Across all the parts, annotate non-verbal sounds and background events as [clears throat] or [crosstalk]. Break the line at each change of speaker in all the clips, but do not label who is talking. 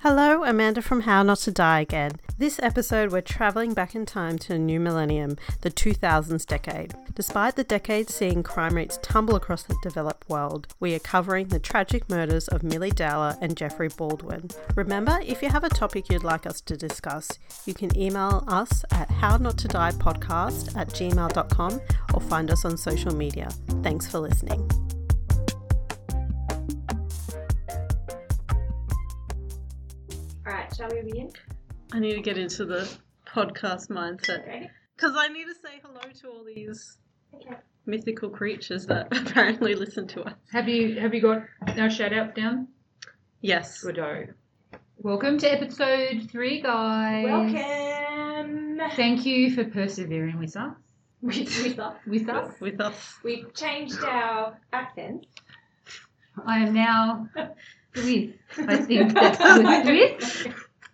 Hello, Amanda from How Not to Die again. This episode, we're traveling back in time to a new millennium, the 2000s decade. Despite the decade seeing crime rates tumble across the developed world, we are covering the tragic murders of Millie Dowler and Jeffrey Baldwin. Remember, if you have a topic you'd like us to discuss, you can email us at hownottodiepodcast at gmail.com or find us on social media. Thanks for listening.
All right, shall we begin?
I need to get into the podcast mindset
Ready?
because I need to say hello to all these
Okay.
mythical creatures that [laughs] apparently listen to us.
Have you have you got our shout outs down?
Yes.
Goodo. Welcome to episode three, guys.
Welcome.
Thank you for persevering with us.
We, we, thought-
With us.
With us.
we've changed our accents.
I am now with. I
[laughs]
think that's good with.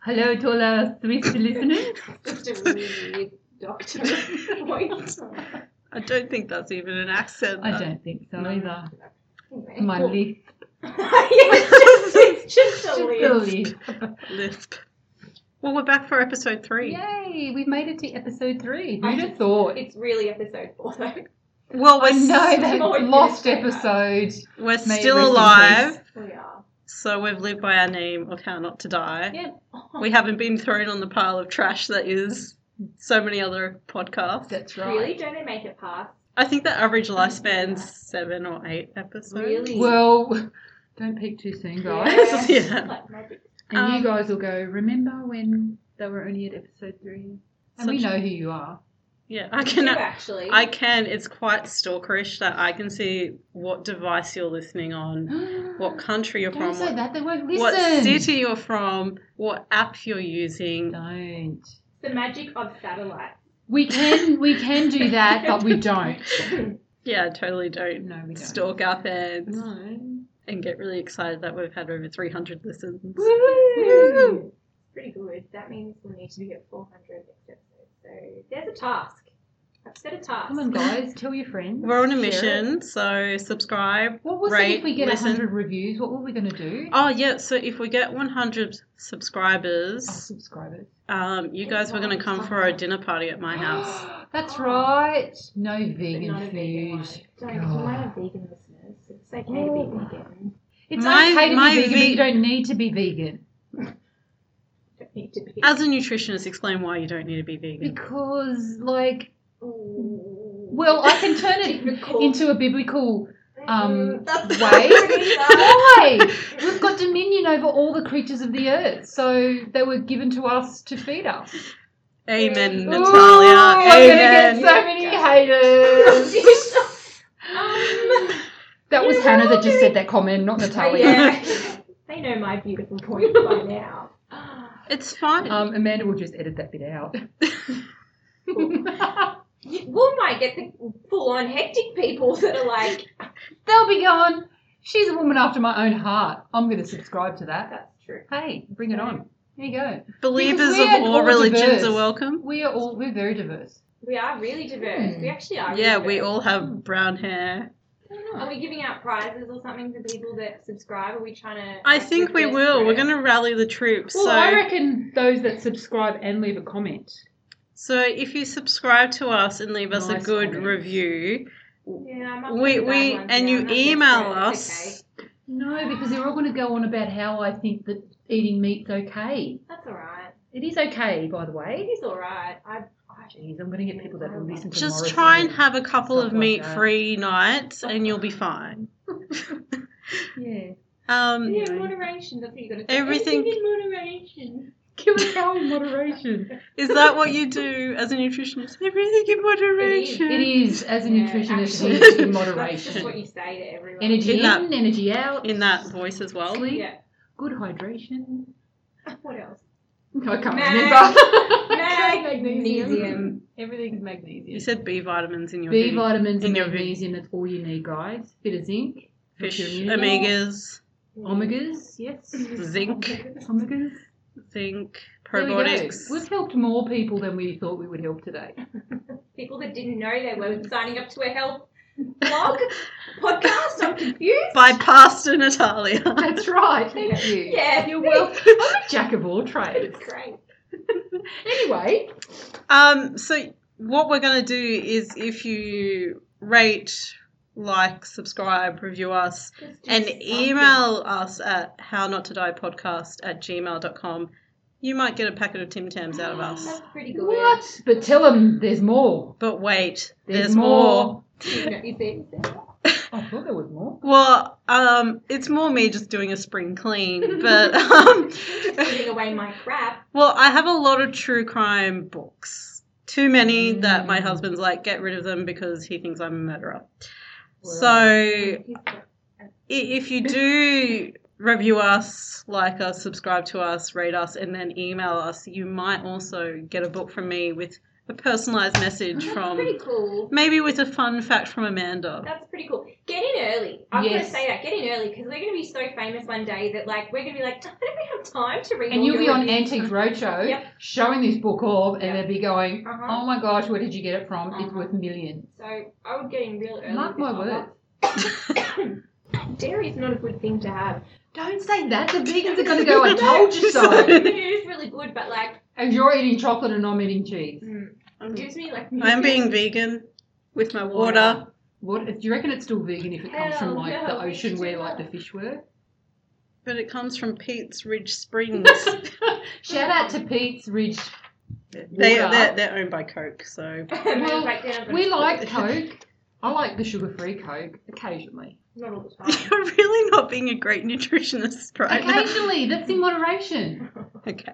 Hello to all our Swiss listeners.
Just a weird doctor [laughs] voice.
I don't think that's even an accent.
I
though.
don't think so
No.
either.
Anyway.
My
Well-
lip.
[laughs] yeah, it's just, it's just a
The
list.
lip.
Lisp. Well, we're back for episode three.
Yay, we've made it to episode three.
I
Who'd have
just-
thought?
It's really episode four, though.
Well, we're,
I know
s-
that
always been a
lost
shame, right?
episode.
we're
May it
still
rest in
alive,
We are.
so we've lived by our name of How Not to Die.
Yeah.
We haven't been thrown on the pile of trash that is so many other podcasts.
That's
[laughs]
right.
really? Don't they make it past?
I think the average lifespan's seven or eight episodes.
Really?
Well, don't peek too soon, guys.
Guys. Yeah.
Like magic.
And
Um,
you guys will go, remember when they were only at episode three? And we
Such-
know who you [gasps] are.
Yeah, I
You
can.
actually.
I can. It's quite stalkerish that I can see what device you're listening on,
[gasps]
what country you're from,
Don't say
what,
that, they won't listen.
what city you're from, what app you're using.
Don't.
the magic of satellite.
We can, we can do that, but we don't.
Yeah, I totally don't
[laughs] No, we don't.
stalk our fans
No.
and get really excited that we've had over 300 listens.
Woo!
Pretty good. That means we need to get 400 next episode. So there's a task. I've set a task.
Come on, guys, tell your friends.
We're on a
Share it.
mission, so subscribe.
What was it
Rate,
if we get a
listen.
100 reviews? What were we going to do?
Oh, yeah, so if we get 100
Our [gasps]
subscribers, [gasps]
subscribers.
um, you guys were going to come for a dinner party at my
[gasps]
house.
That's right. No vegan
Not a vegan one.
food.
Sorry, because we might have vegan listeners. It's okay to be vegan.
It's
My-
okay to
my
be vegan, but
ve-
you don't need to be vegan.
Don't need to be.
As a nutritionist, explain why you don't need to be vegan.
Because, like,
well,
well, I can turn it [laughs] into a [laughs] biblical.
[laughs]
um,
[laughs]
way.
way.
Why? We've got dominion over all the creatures of the earth, so they were given to us to feed us.
Amen,
Ooh,
Natalia.
Ooh, I'm
Amen.
gonna get so many haters.
um,
That was
You
Hannah that just
know.
said that comment, not
[laughs]
Natalia.
yeah. they know my beautiful point by now. [gasps]
It's fine.
Um, Amanda will just edit that bit out.
You- we might get the full-on hectic people that are like,
[laughs] They'll be gone. She's a woman after my own heart. I'm going to subscribe to that.
that's true.
Hey, bring it on. There you go.
[laughs] Believers
because we
of
are
all
all
religions
diverse.
are welcome.
We are all we're very diverse.
We are really diverse. We actually are.
Hmm. Yeah,
really
we
diverse.
all have brown hair.
Are we giving out prizes or something to people that subscribe? Are we trying to?
I
like,
think we
we're
will. We're
desperate?
going to rally the troops.
Well,
so,
I reckon those that subscribe and leave a comment.
so if you subscribe to us and leave us a
Nice
good
comments.
review,
Yeah, I'm up
we
for the bad
we
ones
and
now.
you
I'm not
email
desperate.
us.
It's okay.
No, because they're all going to go on about how I think that eating meat's okay.
That's all right.
It is okay, by the
It
way.
is all right. I, I
Jeez, I'm going to get people that will listen to
Just
Morrissey.
try and have a couple
Stuff
of
like
meat-free nights, and you'll be fine.
Yeah.
Um,
yeah, moderation. That's what you got to say.
Everything-
in moderation.
Kill a cow in [laughs] moderation.
Is that what you do as a nutritionist? Everything in moderation.
it is, as a
Yeah,
nutritionist,
actually,
it is
[laughs]
in
That's just
moderation.
what you say to everyone.
Energy
In
in,
that-
energy out.
in that voice as well.
Sleep.
Yeah. [laughs]
Good hydration. [laughs]
What else?
I can't
Mag-
[laughs] remember.
Magnesium.
Everything's magnesium.
You said B vitamins in your
B
video.
vitamins
in
and
your vi-
magnesium, that's all you need, guys. Bit of zinc.
fish,
Helps your immunity.
omegas,
Oh Omegas, yes.
zinc,
Omegas.
zinc,
There we
probiotics.
go. We've helped more people than we thought we would help today. [laughs] [laughs]
People that didn't know they were signing up to a health blog podcast on confused.
by Pastor Natalia. [laughs]
That's right. Thank you.
Yeah.
You're welcome. I'm a jack of all trades.
It's great.
Anyway,
Um, so what we're going to do is if you rate, like, subscribe, review us,
Just do
and
something.
email us at hownottodiepodcast at gmail.com, you might get a packet of Tim Tams out of us.
That's pretty good.
what? But tell them there's more.
But wait,
There's,
there's, more.
You know, you see,
I thought there was more.
Well, um, it's more me just doing a spring clean, but [laughs] um,
giving away my
[laughs]
crap.
well, I have a lot of true crime books. Too many that my
Mm.
husband's like, get rid of them because he thinks I'm a murderer.
Well,
So
He's got-
I- if you do review us, like us, subscribe to us, rate us, and then email us, you might also get a book from me with a personalized message
That's
from
pretty cool.
maybe with a fun fact from Amanda.
That's pretty cool. Get in early. I'm going
Yes.
to say that. Get in early because we're going to be so famous one day that like we're going to be like, I don't even have time to read.
And
all
you'll be
your
on
reviews."
Antiques Roadshow
Yep.
showing this book off, and
Yep.
they'll be going,
Uh-huh.
"Oh my gosh, where did you get it from? It's
Uh-huh.
worth millions."
So I would get in real early.
Mark
with
my
this
words.
offer. [coughs] Dairy is not a good thing to have.
Don't say that.
[laughs]
The vegans are going to go, "I told you so."
it is really good, but like,
And you're eating chocolate, and I'm eating cheese.
mm, it
I'm,
gives me [laughs] like.
I'm being vegan with my water.
What? Do you reckon it's still vegan if it comes
Hell
from like
no,
the
we
ocean
do
where like the
not.
fish were?
[laughs]
But it comes from Pete's Ridge Springs.
Shout out to Pete's Ridge.
they,
Water.
they're, they're owned by Coke, so.
Well,
Right down the-
We like Coke. I like the sugar-free Coke occasionally.
Not all the
[laughs]
time.
[laughs] You're really not being a great nutritionist right now.
Occasionally, that's in moderation.
[laughs] Okay.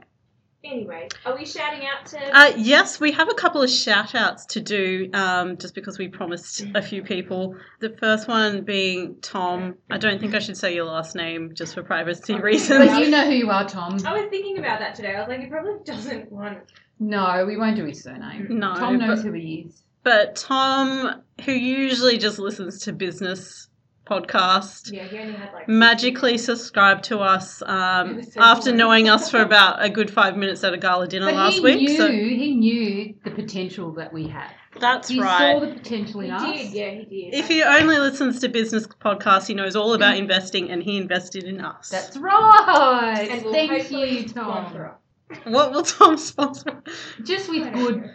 anyway, are we shouting out to?
Uh, yes, we have a couple of shout outs to do um, just because we promised a few people. The first one being Tom. I don't think I should say your last name just for privacy
Okay.
reasons.
[laughs] But you know who you are, Tom.
I was thinking about that today. I was like, he probably doesn't want.
No, we won't do his surname.
No,
Tom knows
but,
who he is.
but Tom, who usually just listens to business podcast,
Yeah, he only had like.
magically subscribed to us um,
So
after
boring.
knowing us for about a good five minutes at a gala dinner
But
last
he
week.
knew
So
he knew the potential that we had.
that's
he
right.
saw the potential
He
in us.
did, yeah, he did.
If he only listens to business podcasts, he knows all about investing, and he invested in us.
That's right.
And we'll
Thank
hopefully
you,
sponsor
Tom.
us.
what will Tom sponsor? [laughs]
Just
I
with
don't
good
know.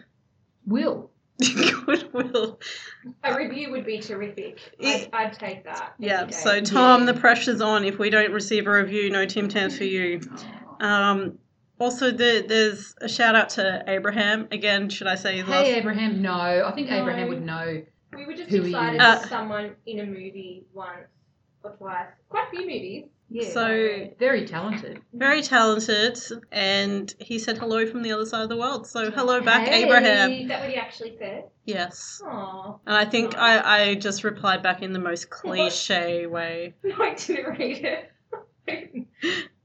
will.
Goodwill.
A review would be terrific. I'd, I'd take that. any
Yeah.
day.
So Tom, the pressure's on. If we don't receive a review, no Tim Tams for you. Um, also, the, there's a shout out to Abraham again. Should I say his last?
Hey, Abraham. No, I think
No.
Abraham would know.
we were just
Who he
excited
is.
that
Uh,
someone in a movie once or twice, quite a few movies.
Yeah.
So
very talented.
very talented, and he said hello from the other side of the world. So hello back, Abraham.
Is that what he actually said?
Yes.
Aww.
And I think
[laughs]
I, I just replied back in the most cliche way.
No, I didn't read it. [laughs]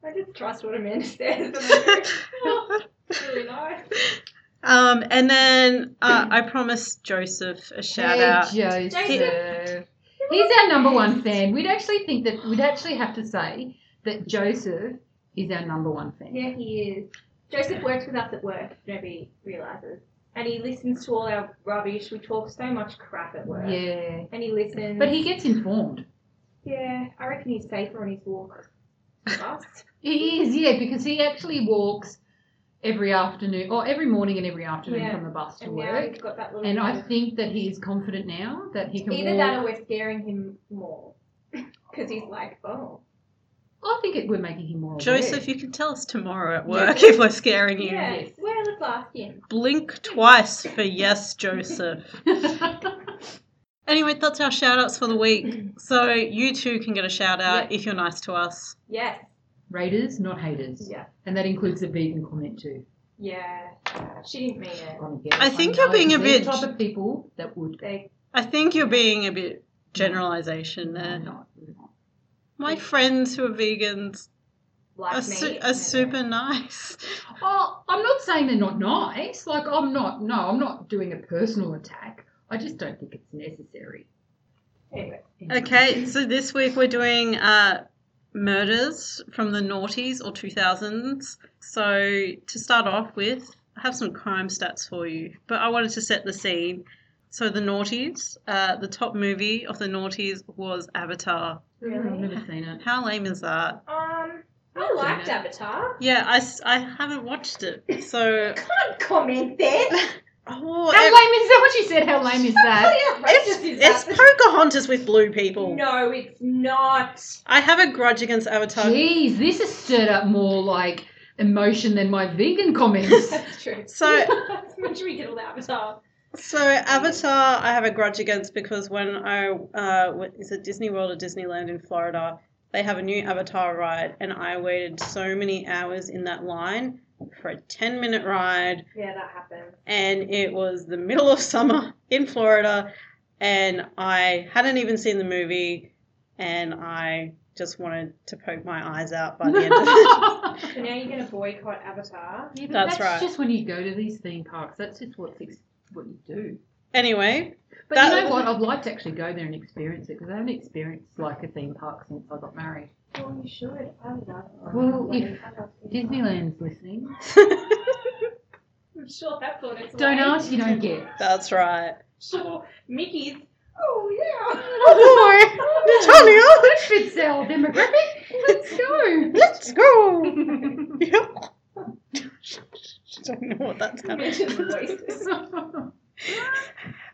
I just trust what Amanda says. [laughs] I'm like, oh, that's really nice.
[laughs] Um, and then uh, I promised Joseph a shout
hey,
out.
Joseph. He's our number one fan. We'd actually think that we'd actually have to say that Joseph is our number one fan.
Yeah, he is. Joseph works with us at work, nobody realises. And he listens to all our rubbish. We talk so much crap at work.
Yeah.
And he listens.
But he gets informed.
Yeah, I reckon he's safer on his walk. with us.
He is, yeah, because he actually walks every afternoon or every morning and every afternoon
Yeah.
from the bus to
and now
work.
he's got that little.
And I think that he is confident now that he can
either
walk.
that or we're scaring him more [laughs] because he's like, oh,
I think it, we're making him more aware.
Joseph, you can tell us tomorrow at work [laughs]
Yeah.
if we're scaring you.
yeah,
Yes.
where the last him?
Blink twice for yes, Joseph.
[laughs]
anyway, that's our shout outs for the
[clears throat]
week. So you too can get a shout out if you're nice to us.
Yes,
Raiders, not haters.
yeah,
And that includes the vegan comment too.
yeah. She didn't mean it.
I think you're being a bit-
bit The type of people that would.
They,
I think you're being a bit generalization there.
No, we're not.
My friends who are vegans
like
are,
me,
su-
no, no.
are super nice.
Oh, I'm not saying they're not nice. Like I'm not. No, I'm not doing a personal attack. I just don't think it's necessary.
Anyway,
Okay, so this week we're doing uh, murders from the noughties or 2000s. So to start off with, I have some crime stats for you, but I wanted to set the scene. So the noughties, uh, the top movie of the noughties was Avatar.
Really?
I've never seen it.
How lame is that?
Um, I
I've
liked
seen it.
Avatar.
Yeah, I, s- I haven't watched it. So,
Can't comment then. [laughs]
oh,
How
it-
lame is that? What you said? How lame is that?
it's,
it's Pocahontas with blue people.
No, it's not. [laughs]
I have a grudge against Avatar.
Jeez, this has stirred up more like emotion than my vegan
[laughs]
comments.
That's true.
So-
[laughs] That's much we get all the Avatar.
So Avatar, I have a grudge against because when I uh, w- is it Disney World or Disneyland in Florida, they have a new Avatar ride, and I waited so many hours in that line for a ten minute ride,
Yeah, that happened.
and it was the middle of summer in Florida, and I hadn't even seen the movie, and I just wanted to poke my eyes out by the end of
[laughs]
it.
Yeah,
So now you're going to boycott Avatar.
but
That's
that's
right.
just when you go to these theme parks. That's just what's ex- what you do.
Anyway, [laughs]
But
That-
you know what? I'd like to actually go there and experience it because I haven't experienced like a theme park since I got married.
Well, Oh, you should. I would love
Well, if Disneyland's listening,
I'm sure that's what it's
don't
like.
ask, you don't get. [laughs]
that's right.
[laughs] Sure. Mickey's. Oh, yeah.
[laughs]
Oh boy, Natalia,
Fits our demographic. Let's [laughs]
let's
go.
go.
[laughs]
[laughs] Yep. Don't know what that's happening.
[laughs] Mention the voices.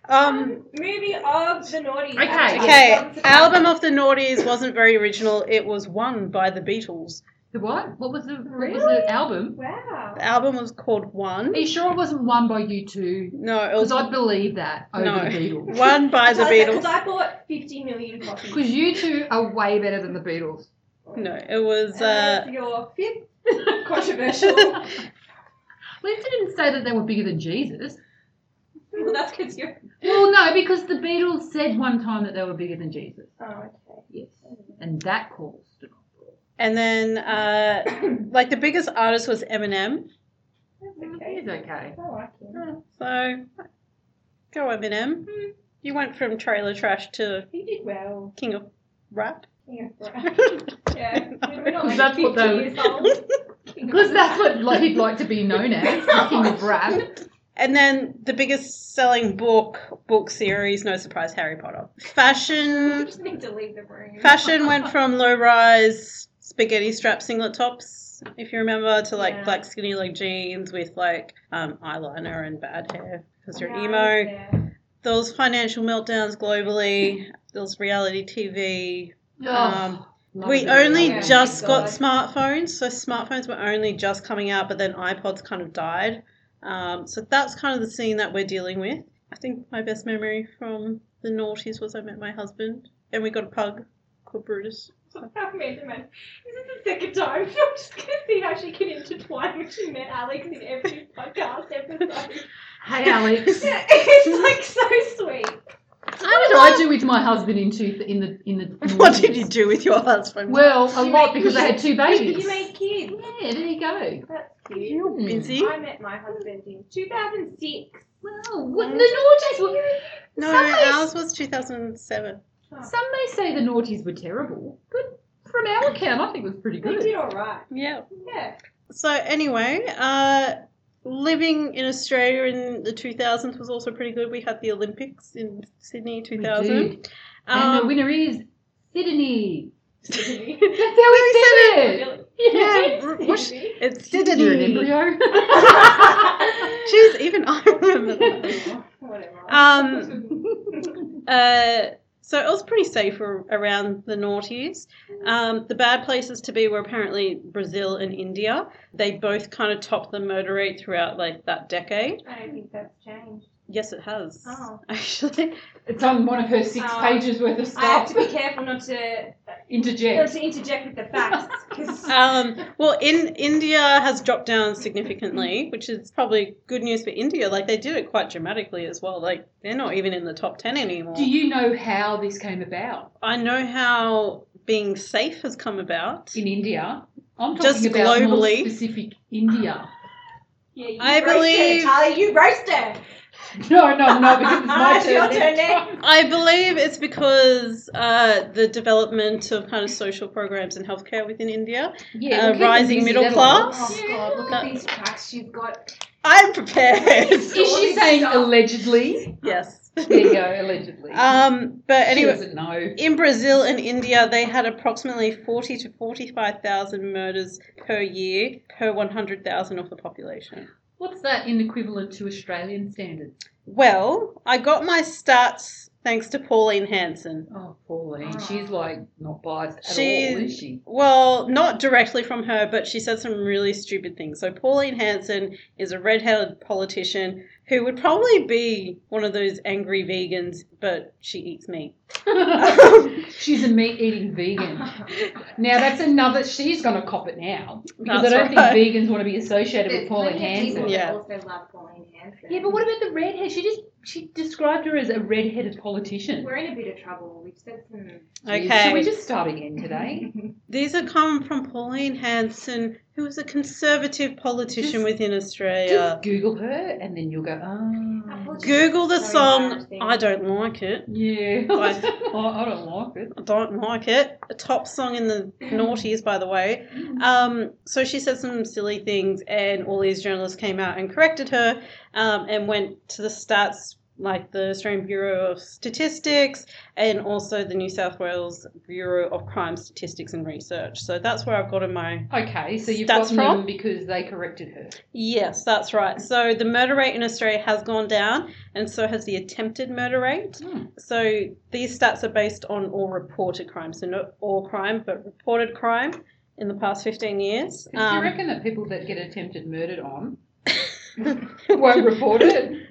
Um,
Movie of the Naughty.
Okay.
Avatar.
okay,
Once upon-
album of the Naughties wasn't very original. It was won by the Beatles.
the what? What was the what was
Really?
the album?
Wow.
The album was called One.
Are you sure it wasn't one by you two?
No, it
Because
was [laughs]
I'd believe that over
Oh. no
the Beatles.
one by the
Because
Beatles.
[laughs] I bought 50 million copies.
Because you two are way better than the Beatles.
[laughs] No, it was.
Uh,
Uh,
your fifth
[laughs]
controversial. well,
Lindsay didn't say that they were bigger than Jesus.
that's because you're.
Well, no, because the Beatles said one time that they were bigger than Jesus.
Oh, okay.
Yes. And that caused an uproar.
[laughs] and then, uh, like the biggest artist was Eminem.
That's okay.
It's
I
okay.
like him.
So, go Eminem. You went from trailer trash to
He did well.
king of rap.
Yeah, right. [laughs] Yeah. We're not like
That's
50
what they-
years old. [laughs]
[laughs]
Because that's what like, he'd like to be known as, the king of rap.
And then the biggest selling book book series, no surprise, Harry Potter.
We
Fashion
just need to leave the room. [laughs]
fashion went from low rise spaghetti strap singlet tops, if you remember, to like
Yeah.
black skinny leg jeans with like um, eyeliner and bad hair because you're
Yeah,
emo.
yeah.
Those financial meltdowns globally. Those reality TV. Um,
Love
we
it.
only
Yeah,
just
thank
got
God.
smartphones, so smartphones were only just coming out, but then iPods kind of died. Um, so that's kind of the scene that we're dealing with. I think my best memory from the noughties was I met my husband and we got a pug called Brutus. [laughs]
I've met him and this is the second time. [laughs] I'm just gonna see how she can intertwine when she met Alex in every podcast episode.
[laughs]
Hey, Alex.
[laughs] it's like so sweet.
What did I do with my husband in two in the in the?
What did you do with your husband?
Mm. Well, a
You
lot
made-
because I had two babies.
You made kids.
yeah, there you go.
That's cute.
You're
Hmm.
busy.
I met my husband in 2006.
Well, what, the noughties were.
No,
some, may,
ours was 2007.
some may say the noughties were terrible, but from our account, I think it was pretty
They did
good.
all right.
Yeah.
[laughs] Yeah.
So anyway, uh, living in Australia in the 2000s was also pretty good. We had the Olympics in Sydney
We
2000.
did. and uh, the
Um,
winner is Sydney.
Sydney.
That's how we said it.
Really?
Yeah,
[laughs]
Yeah.
r- whoosh.
Sydney.
it's
You're an
Sydney. [laughs]
embryo.
[laughs]
Jeez, even I [laughs] remember that.
Whatever.
Um, Uh, so it was pretty safe ar- around the noughties. Um, the bad places to be were apparently Brazil and India. They both kind of topped the murder rate throughout like that decade.
I don't think that's changed.
Yes, it has.
Oh.
Actually,
[laughs] it's on one of her six
Um,
pages worth of
I have
stuff.
to be careful not to not
Interject.
to interject with the facts because
um, well, in India has dropped down significantly, which is probably good news for India. Like they did it quite dramatically as well. Like they're not even in the top ten anymore.
Do you know how this came about
I know how being safe has come about.
in India? I'm talking
Just
about more
globally.
specific India.
yeah, you
I
roast
believe-
her, Talia, you roast her.
No, no, no,
[laughs]
because it's my
It's
turn.
your turn
next
now.
time.
I believe it's because uh, the development of kind of social programs and healthcare within India.
Yeah,
Uh,
we'll keep them
rising
busy,
middle
that'll
class?
help.
Oh god, look at these facts you've got.
I'm prepared.
Is she saying allegedly?
[laughs] yes.
There you go,
[laughs]
allegedly.
Um, but
she
anyway,
doesn't know.
in Brazil and India, they had approximately 40 to 45,000 murders per year per 100,000 of the population.
What's that in equivalent to Australian standards?
Well, I got my stats thanks to Pauline Hanson.
Oh, Pauline, she's like not biased at
She-
all, is she?
Well, not directly from her, but she said some really stupid things. So Pauline Hanson is a red-headed politician who would probably be one of those angry vegans, but she eats meat. [laughs]
[laughs]
She's a meat eating vegan. Now that's another. She's gonna cop it now because
That's
I don't
right.
think vegans want to be associated
There's
with Pauline
plenty of people
Hanson.
that
Yeah.
also love Pauline Hanson.
Yeah, but what about the redhead? She just she described her as a redheaded politician.
We're in a bit of trouble. We've said some.
Jeez,
Okay.
Should we just start again today?
These are coming from Pauline Hanson, who is a conservative politician
Just-
within Australia.
Just Google her, and then you'll go. Oh,
Apologies.
Google the
Sorry,
song
embarrassing.
I Don't Like It.
yeah.
Right.
[laughs] oh, I don't like it.
I don't like it. A top song in the noughties, by the way. Um, so she said some silly things, and all these journalists came out and corrected her um, and went to the stats like the Australian Bureau of Statistics and also the New South Wales Bureau of Crime Statistics and Research. So that's where I've gotten my
Okay, so you've
That's
gotten
from?
them because they corrected her.
Yes, that's right. So the murder rate in Australia has gone down, and so has the attempted murder rate.
Hmm.
So these stats are based on all reported crimes, so not all crime, but reported crime in the past 15 years.
Do you
Um,
reckon that people that get attempted
[laughs]
murdered on won't report it,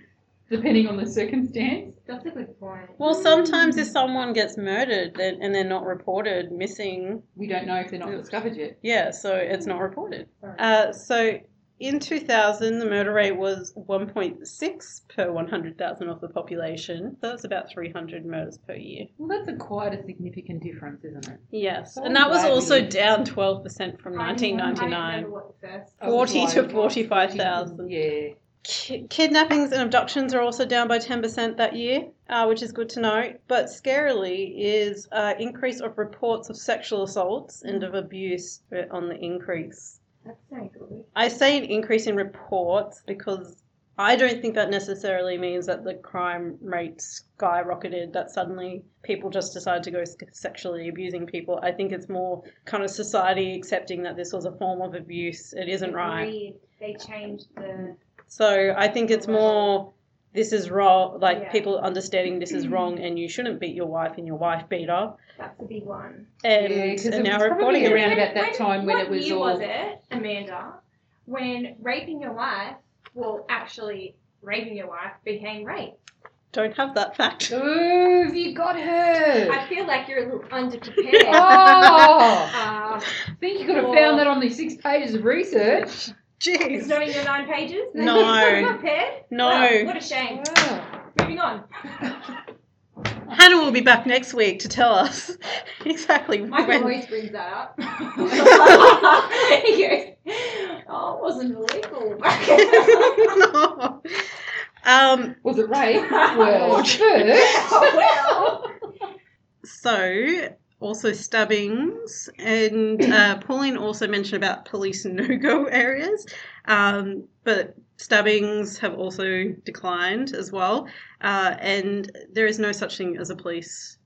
depending on the circumstance?
That's a good point.
well, sometimes if someone gets murdered then, and they're not reported missing,
We don't know if they're not discovered yet.
yeah, so it's not reported.
Sorry.
Uh, so in 2000, the murder rate was 1.6 per 100,000 of the population. So that's about 300 murders per year.
Well, that's a quite a significant difference, isn't it?
Yes,
So
and that was
glad
also
you-
down 12% from
I didn't- I didn't remember
1999.
what the first.
Oh,
40 to
right.
45,000.
Yeah.
Ki- Kidnappings and abductions are also down by 10% that year, uh, which is good to know. But scarily is uh, increase of reports of sexual assaults and of abuse are on the increase.
That's so good.
I say an increase in reports because I don't think that necessarily means that the crime rate skyrocketed, that suddenly people just decided to go s- sexually abusing people. I think it's more kind of society accepting that this was a form of abuse. It isn't right.
Agreed. They changed the.
So I think it's more this is wrong, like
Yeah.
people understanding this is wrong and you shouldn't beat your wife and your wife beat her.
That's a big one.
And,
Yeah, 'cause
and
it
now
was probably
reporting it.
around about that time when
what
it was
year
all-
was it, Amanda, when raping your wife, well, actually raping your wife became rape?
Don't have that
[laughs]
fact.
Ooh, have you got her?
I feel like you're a little underprepared.
[laughs] oh,
Uh,
I think you could have found that on the six pages of research.
it's
Jeez.
not in your nine
[laughs]
pages?
No.
Not prepared?
No.
Wow, what a shame.
Wow.
Moving on.
Hannah will be back next week to tell us [laughs] exactly
Michael
when.
always brings that up.
[laughs]
he goes, oh, it wasn't illegal.
[laughs]
[laughs]
No. Um,
Was
[laughs]
it rape? well,
oh,
first.
well.
[laughs]
so, also stabbings, and uh, Pauline also mentioned about police [laughs] no go areas, um, but stabbings have also declined as well. Uh, and there is no such thing as a police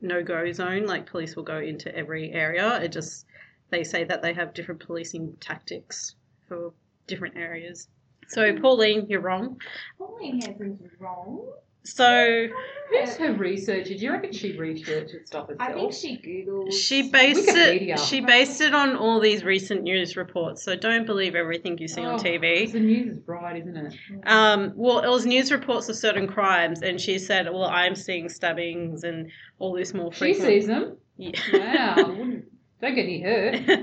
no go zone, like, police will go into every area. It just, they say that they have different policing tactics for different areas. So, Pauline, you're wrong.
Pauline Hanson's wrong.
So,
Who's her researcher? Do you reckon she researches stuff herself?
I think she Googled.
She based it.
Wikipedia.
She based it on all these recent news reports. So don't believe everything you see
Oh,
on TV.
The news is right, isn't it?
Um, well, it was news reports of certain crimes, and she said, "Well, I'm seeing stabbings and all this more
She
frequent."
sees them. Wow.
Yeah.
wouldn't- Don't get any hurt.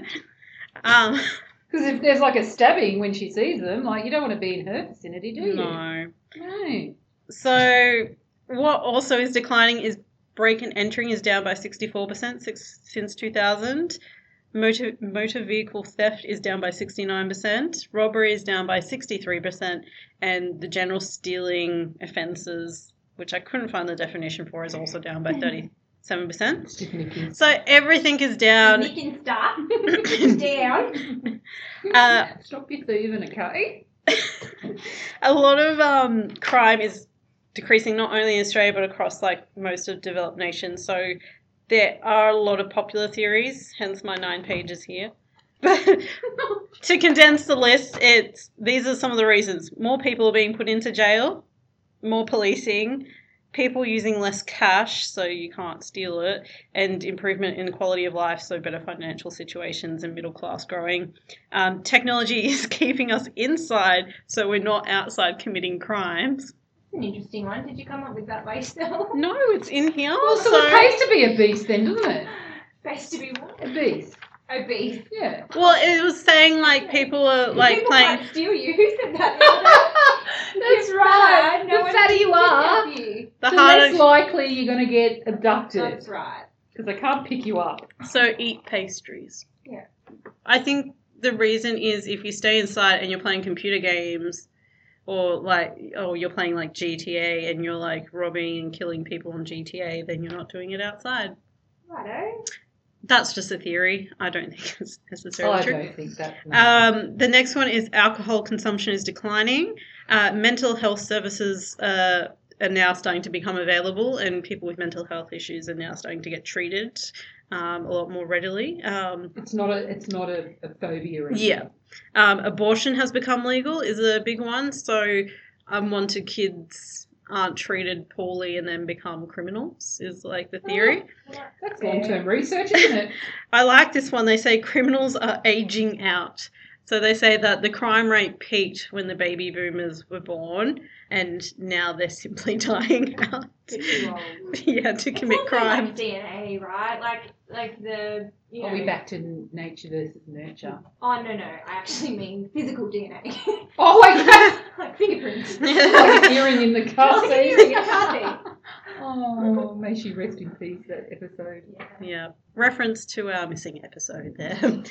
um,
[laughs] Because if there's like a stabbing when she sees them, like you don't want to be in her vicinity, do you?
no.
No.
So what also is declining is break and entering is down by 64% six, since 2000. Motor, motor vehicle theft is down by 69%, robbery is down by 63%, and the general stealing offences, which I couldn't find the definition for, is also down by 37%.
Sniffing.
So everything is down.
Nick and [laughs] Star. down.
Uh,
Stop your thieving, okay?
a lot of um, crime is decreasing not only in Australia but across like most of developed nations. So there are a lot of popular theories, hence my nine pages here. [laughs] But to condense the list, it's these are some of the reasons: more people are being put into jail, more policing, people using less cash so you can't steal it, and improvement in quality of life, so better financial situations and middle class growing. Um, technology [laughs] is keeping us inside, so we're not outside committing crimes.
An interesting one. Did you come up with that by yourself?
No, it's in here.
Well, so,
so-
it pays to be a beast then, doesn't it?
[laughs] Best to be what?
A beast.
Obese.
Yeah.
well, it was saying like people are [laughs] like
People
playing.
can't steal you. [laughs] Who said that?
That's
You're
right.
right. No
the
one
fatter you
Didn't
are,
have you.
The
the
harder
less likely you're going to get abducted
That's right.
because I can't pick you up.
So eat pastries.
Yeah.
I think the reason is if you stay inside and you're playing computer games or like or you're playing like GTA and you're like robbing and killing people on GTA, then you're not doing it outside.
Righto.
That's just a theory. I don't [laughs] think it's necessarily
Oh, I
true.
don't think that's
Um, the next one is alcohol consumption is declining. Uh, mental health services uh, are now starting to become available, and people with mental health issues are now starting to get treated um, a lot more readily. Um,
It's not a. It's not a, a phobia. Or anything.
yeah. Um, abortion has become legal, is a big one. So, unwanted kids aren't treated poorly and then become criminals, is like the theory.
That's long term research, isn't it?
I like this one. They say criminals are aging out. So they say that the crime rate peaked when the baby boomers were born, and now they're simply [laughs] dying out.
Fifty-year-old.
yeah, to commit
It's something
crime.
Like DNA, right? Like, like the. You know,
Are we back to nature versus nurture?
Oh no no! I actually mean physical DNA,
Oh [laughs] my god!
[laughs] like
[laughs]
fingerprints.
like an earring in the car
[laughs] Like an
seat.
earring in the car seat.
Oh, may she rest in peace. That episode. [laughs]
Yeah.
yeah, reference to our missing episode there.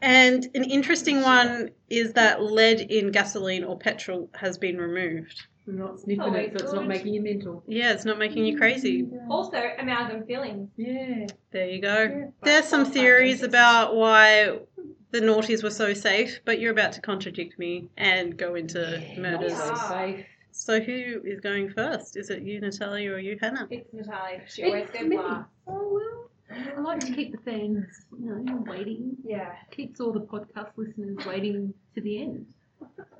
And an interesting one is that lead in gasoline or petrol has been removed.
We're not sniffing
Oh,
it, so it's not
good.
making you mental.
Yeah, it's not making you crazy.
Also, amalgam fillings.
Yeah.
There you go.
yeah.
There's some theories about why the naughties were so safe, but you're about to contradict me and go into murders.
Not so safe.
So who is going first? Is it you, Natalia, or you, Hannah?
It's Natalia. She always
It's
goes
me.
last.
Oh
I like to keep the fans, you know, waiting.
Yeah.
Keeps all the podcast listeners waiting to the end.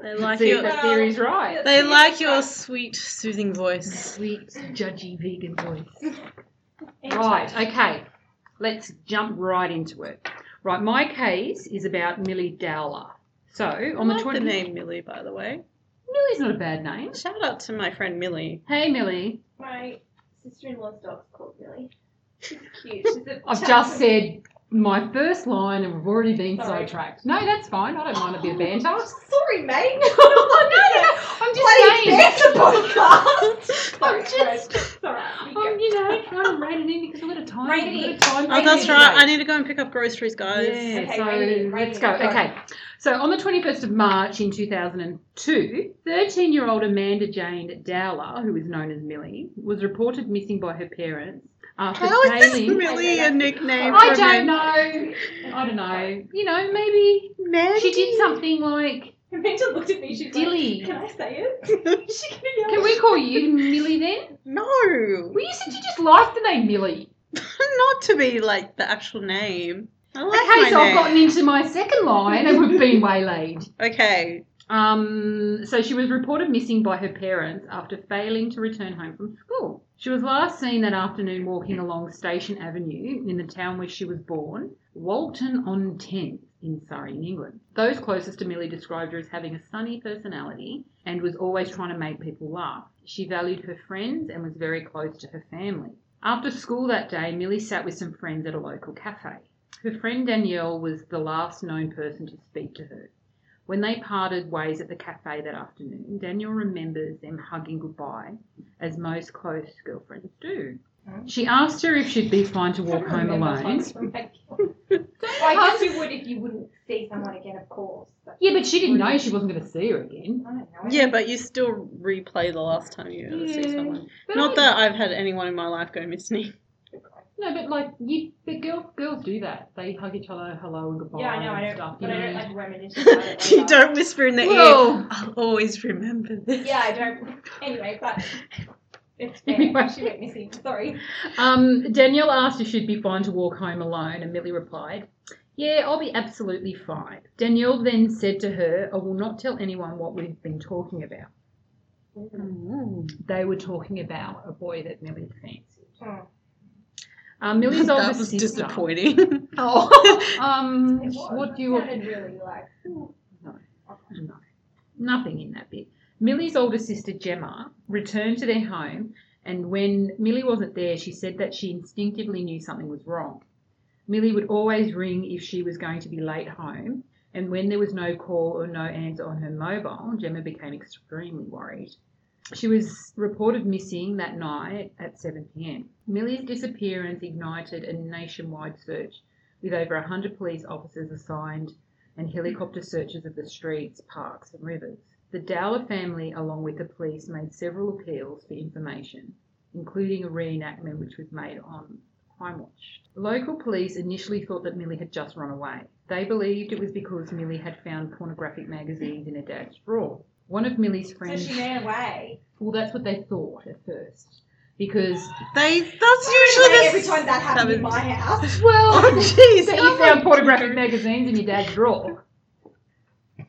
They
well.
like
See,
your
the theory's right.
they like your sweet, soothing
[laughs]
voice.
Sweet, judgy vegan voice.
Right. Okay. Let's jump right into it. Right. My case is about Millie Dowler. So on
I
the
like
twenty.
the name Millie, by the way.
Millie's not a bad name.
Shout out to my friend Millie.
Hey Millie.
My sister-in-law's dog's called Millie. She's
[laughs]
cute. She's a
I've just said my first line and we've already been
Sorry.
sidetracked. No, that's fine. I don't mind a
[laughs]
bit of banter. I'm just
Oh, Sorry,
[laughs]
mate. no,
saying.
podcast.
I'm
I'm
just-
just. Sorry.
I'm, um, you know, trying to rein it in because we've got a time.
Rein it
we've
in.
got a time
Oh, that's
today.
right. I need to go and pick up groceries, guys.
Yeah,
Okay,
so
rein it in, rein
let's
it
go.
in. Go.
Okay. So on the 21st of March in 2002, 13 year old Amanda Jane Dowler, who is known as Millie, was reported missing by her parents after
How is this
tailing.
Millie a nickname?
I
for
don't
me?
know. I don't know. You know, maybe
Mandy?
she did something like,
Amanda looked at me. She's
Dilly.
like, "Can I say
[laughs]
it?" Is she gonna yell?
can we call you Millie then?
[laughs] No.
Well, you said you just liked the name Millie.
[laughs] Not to be like the actual name. I like
Okay,
my
so I've
name.
gotten into my second line and we've been waylaid.
Okay.
Um, so she was reported missing by her parents after failing to return home from school. She was last seen that afternoon walking along Station Avenue in the town where she was born, Walton on Thames in Surrey, in England. Those closest to Millie described her as having a sunny personality and was always trying to make people laugh. She valued her friends and was very close to her family. After school that day, Millie sat with some friends at a local cafe. Her friend Danielle was the last known person to speak to her. When they parted ways at the cafe that afternoon, Daniel remembers them hugging goodbye, as most close girlfriends do. She asked her if she'd be fine to walk home alone. [laughs]
I guess you would if you wouldn't see someone again, of course. But
Yeah, but she didn't know she wasn't going to see her again.
I don't know.
Yeah, but you still replay the last time you ever see someone.
But
Not
I-
that I've had anyone in my life go missing.
No, but like you, but girl, girls do that. They hug each other, hello and goodbye.
Yeah, I know. I don't.
and stuff,
but
you
I don't
know.
like reminisce.
[laughs]
about
[laughs]
it
you
later.
don't whisper in the ear.
Well,
[laughs] I'll always remember this.
Yeah, I don't. Anyway, but
[laughs]
It's fair. she went missing. Sorry.
Um, Danielle asked if she'd be fine to walk home alone, and Millie replied, Yeah, I'll be absolutely fine. Danielle then said to her, I will not tell anyone what we've been talking about. They were talking about a boy that Millie fancied.
Oh,
Um, Millie's
[laughs]
older
that was
sister.
disappointing. [laughs]
Oh, [laughs] um,
it was.
what
It
do you
sounded really like? ooh.
No, nothing in that bit. Millie's older sister Gemma returned to their home, and when Millie wasn't there, she said that she instinctively knew something was wrong. Millie would always ring if she was going to be late home, and when there was no call or no answer on her mobile, Gemma became extremely worried. She was reported missing that night at 7 pm. Millie's disappearance ignited a nationwide search with over 100 police officers assigned and helicopter searches of the streets, parks, and rivers. The Dowler family, along with the police, made several appeals for information, including a reenactment which was made on Crime Watch. Local police initially thought that Millie had just run away. They believed it was because Millie had found pornographic magazines in her dad's drawer. One of Millie's
So
friends.
she ran away.
Well, that's what they thought at first. Because,
they that's
Usually
usually
every time that happened in
That was-
my house.
[laughs] [laughs] well,
[laughs] Oh jeez.
that you found pornographic magazines in your dad's drawer.
[laughs]
well,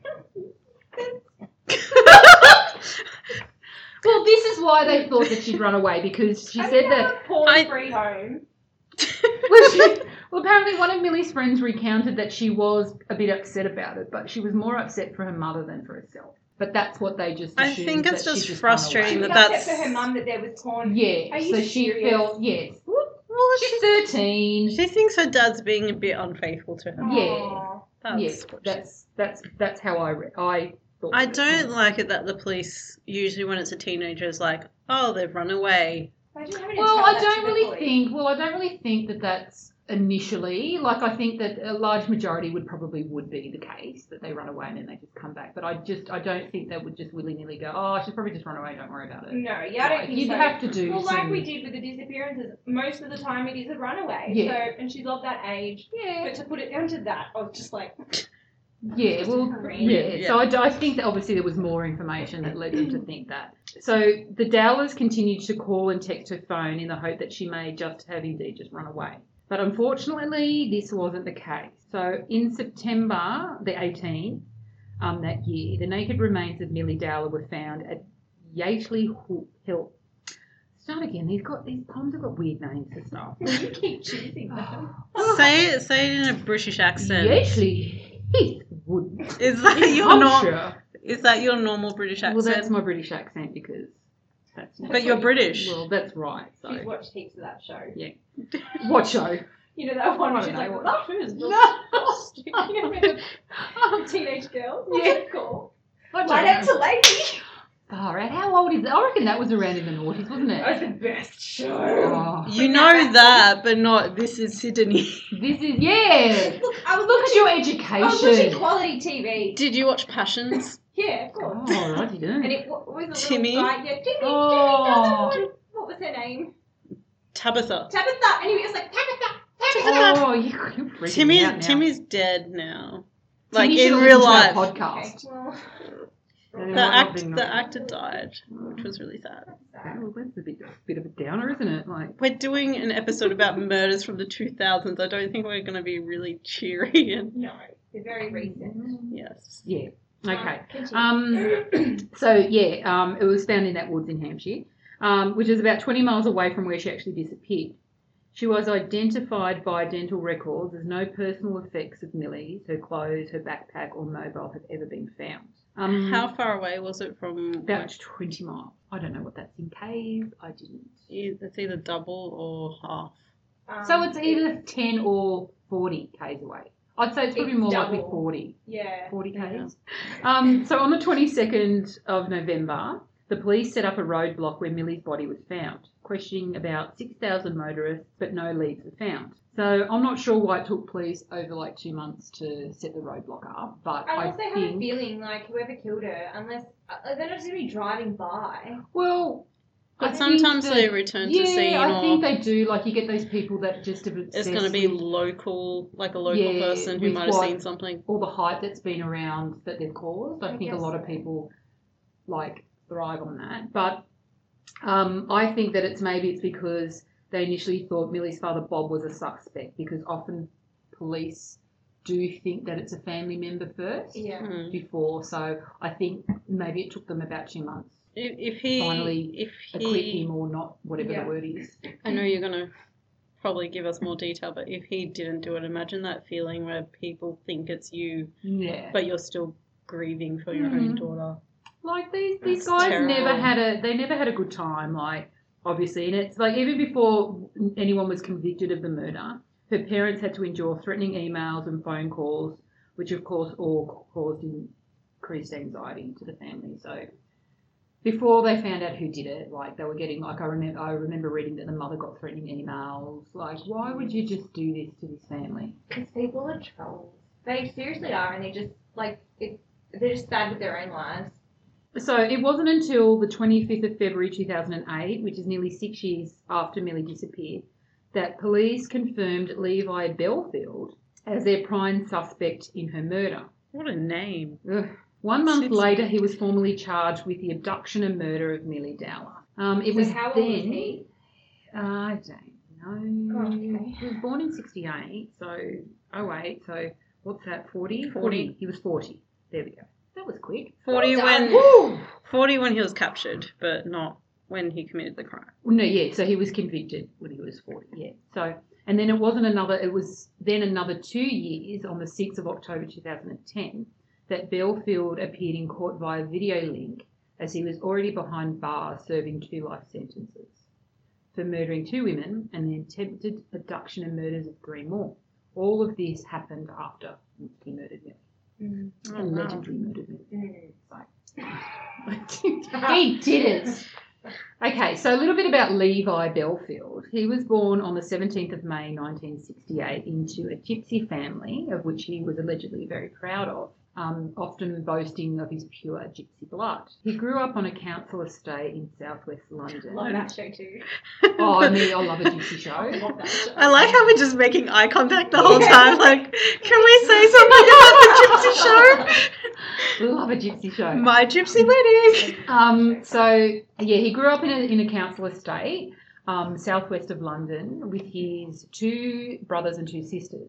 this is why they thought that she'd run away because she
I
said
mean,
that.
a porn-free home.
[laughs] Well, [laughs] she, well, apparently, one of Millie's friends recounted that she was a bit upset about it, but she was more upset for her mother than for herself. But that's what they just.
I
assumed
think
that
it's
she'd
just
run away.
frustrating
She
that
was
that's-
upset for her mum that there was porn.
Yeah,
Are you
so she
serious?
felt yes.
Well,
She's
she,
thirteen.
she thinks her dad's being a bit unfaithful to her.
Yeah.
Aw.
That's
yes,
what she-
that's that's that's how I read. I thought.
I
it was.
don't like it that the police usually when it's a teenager is like, oh, they've run away.
Imagine having to
Well,
tell
I
that to
don't
the
really
police.
think. Well, I don't really think that that's initially. Like, I think that a large majority would probably would be the case that they run away and then they just come back. But I just I don't think they would just willy nilly go. Oh, I should probably just run away. Don't worry about it.
No, yeah, I don't
Like,
think
you'd
so.
have to do.
well, like
some-
we did with the disappearances, most of the time it is a runaway. So,
Yeah.
and she's of that age.
Yeah.
But to put it down to that, I was just like, [laughs]
Yeah, well,
Right.
yeah.
Yeah.
So I, d- I think that obviously there was more information that led them to think that. So the Dowlers continued to call and text her phone in the hope that she may just have indeed just run away. But unfortunately, this wasn't the case. So in September the 18th um, that year, the naked remains of Millie Dowler were found at Yateley Ho- Hill. Start again. These got these poems have got weird names and stuff.
you keep
[sighs]
choosing them.
Oh.
Say it, say it in a British accent.
Yateley Heathwood.
[laughs] Is that your normal?
Hampshire.
Is that your normal British
Well,
accent?
that's my British accent because that's
but you're British.
Well, that's right.
She's
[laughs]
So
watched heaps of that show.
what [laughs] show?
You know that one
I
where
don't
she's like,
know what-
love is
No.
[laughs]
[laughs]
lost. You know, with the teenage girls. What's
Yeah.
it called?
What
Light out
show?
to lady.
All Oh, right. How old is that? I reckon that was around in the noughties, wasn't
That was
it?
the best show.
Oh,
you know that, but not this is Sydney. [laughs]
this is yeah.
Look, I was
Look at
looking.
your
I was watching
education.
quality TV.
Did you watch Passions?
Yeah, of course.
Oh, righty do.
And it wa- was a little
Timmy?
guy. Yeah, Timmy. Timmy doesn't
Oh.
want. What was her name?
Tabitha.
Tabitha. And he was like, Tabitha, Tabitha.
Oh, you, you're freaking
Timmy,
me out now.
Timmy's dead now. Like
Timmy
in
should've
real
listened to our
life,
Okay,
Podcast.
well,
the act, the actor died, which was really sad.
Well, that's a bit, bit of a downer, isn't it? Like,
We're doing an episode about murders from the 2000s. I don't think we're going to be really cheery. And
[laughs] no, they're very recent.
[laughs] yes,
yeah. Okay.
Continue.
Um, so yeah, um, it was found in that woods in Hampshire, um, which is about 20 miles away from where she actually disappeared. She was identified by dental records as no personal effects of Millie's, her clothes, her backpack, or mobile have ever been found. Um,
how far away was it from?
about 20 miles. I don't know what that's in k's. I didn't.
e-, It's either double or half.
Um,
So it's e- either 10 or 40 k's away. I'd say it's probably
It's
more likely
double.
40.
yeah.
40 k's.
Yeah.
Um, so on the 22nd of November, the police set up a roadblock where Millie's body was found, questioning about 6,000 motorists, but no leads were found. So I'm not sure why it took police over like two months to set the roadblock up, but
I
I,
also Oh, have a
think
feeling like whoever killed her, unless uh, they're not just gonna be driving by.
well, I
But
think
sometimes
that-
they return to
yeah,
scene,
I think
or
they do. Like you get those people that just have
it's
obsessed
going to be
with
local, like a local
Yeah,
person who
with
might have
what-
seen something.
all the hype that's been around that they've caused. I,
I
think a
guess
lot of
so.
people like thrive on that, but Um, I think that it's maybe it's because they initially thought Millie's father Bob was a suspect because often police do think that it's a family member first
Yeah.
Mm.
before. So I think maybe it took them about two months
If, if he
Finally
if
acquit
he,
him or not, whatever
Yeah.
the word is.
I know you're gonna probably give us more detail, but if he didn't do it, imagine that feeling where people think it's you,
Yeah.
but you're still grieving for your own
Mhm.
daughter.
Like these these
That's
guys never
terrible.
had a they never had a good time. Like obviously, and it's like even before anyone was convicted of the murder, her parents had to endure threatening emails and phone calls, which of course all caused increased anxiety to the family. So before they found out who did it, like they were getting like I remember I remember reading that the mother got threatening emails. Like why would you just do this to this family?
Because people are trolls. They seriously are, and they just like it, they're just sad with their own lives.
So it wasn't until the 25th of February 2008, which is nearly six years after Millie disappeared, that police confirmed Levi Belfield as their prime suspect in her murder.
What a name!
Ugh. One month
Six-
later, he was formally charged with the abduction and murder of Millie Dowler. Um, it
So
was
how old
then, Uh,
was he?
I don't know.
Oh, okay.
He was born in 68, so 08, so what's that, 40?
40.
He was 40. There we go. That was quick.
Forty when
Woo!
forty when he was captured, but not when he committed the crime.
Well, no, yeah. So he was convicted when he was forty. Yeah. So and then it wasn't another. It was then another two years on the sixth of October two thousand and ten that Belfield appeared in court via video link as he was already behind bars serving two life sentences for murdering two women and the attempted abduction and murders of three more. All of this happened after he murdered Millie.
Oh,
Mm-hmm.
wow.
Allegedly murdered Millie.
Mm.
he did it. Okay, so a little bit about Levi Belfield. He was born on the 17th of May 1968 into a gypsy family of which he was allegedly very proud of, um, often boasting of his pure gypsy blood. He grew up on a council estate in southwest London.
Love that show too.
Oh, I mean, I love a
[laughs]
gypsy show.
Love that show.
I like how we're just making eye contact the whole
Yeah.
time. Like, can we say something about the gypsy
Love a gypsy show.
show? My gypsy wedding.
Um, so yeah, he grew up in a, in a council estate, um, southwest of London, with his two brothers and two sisters.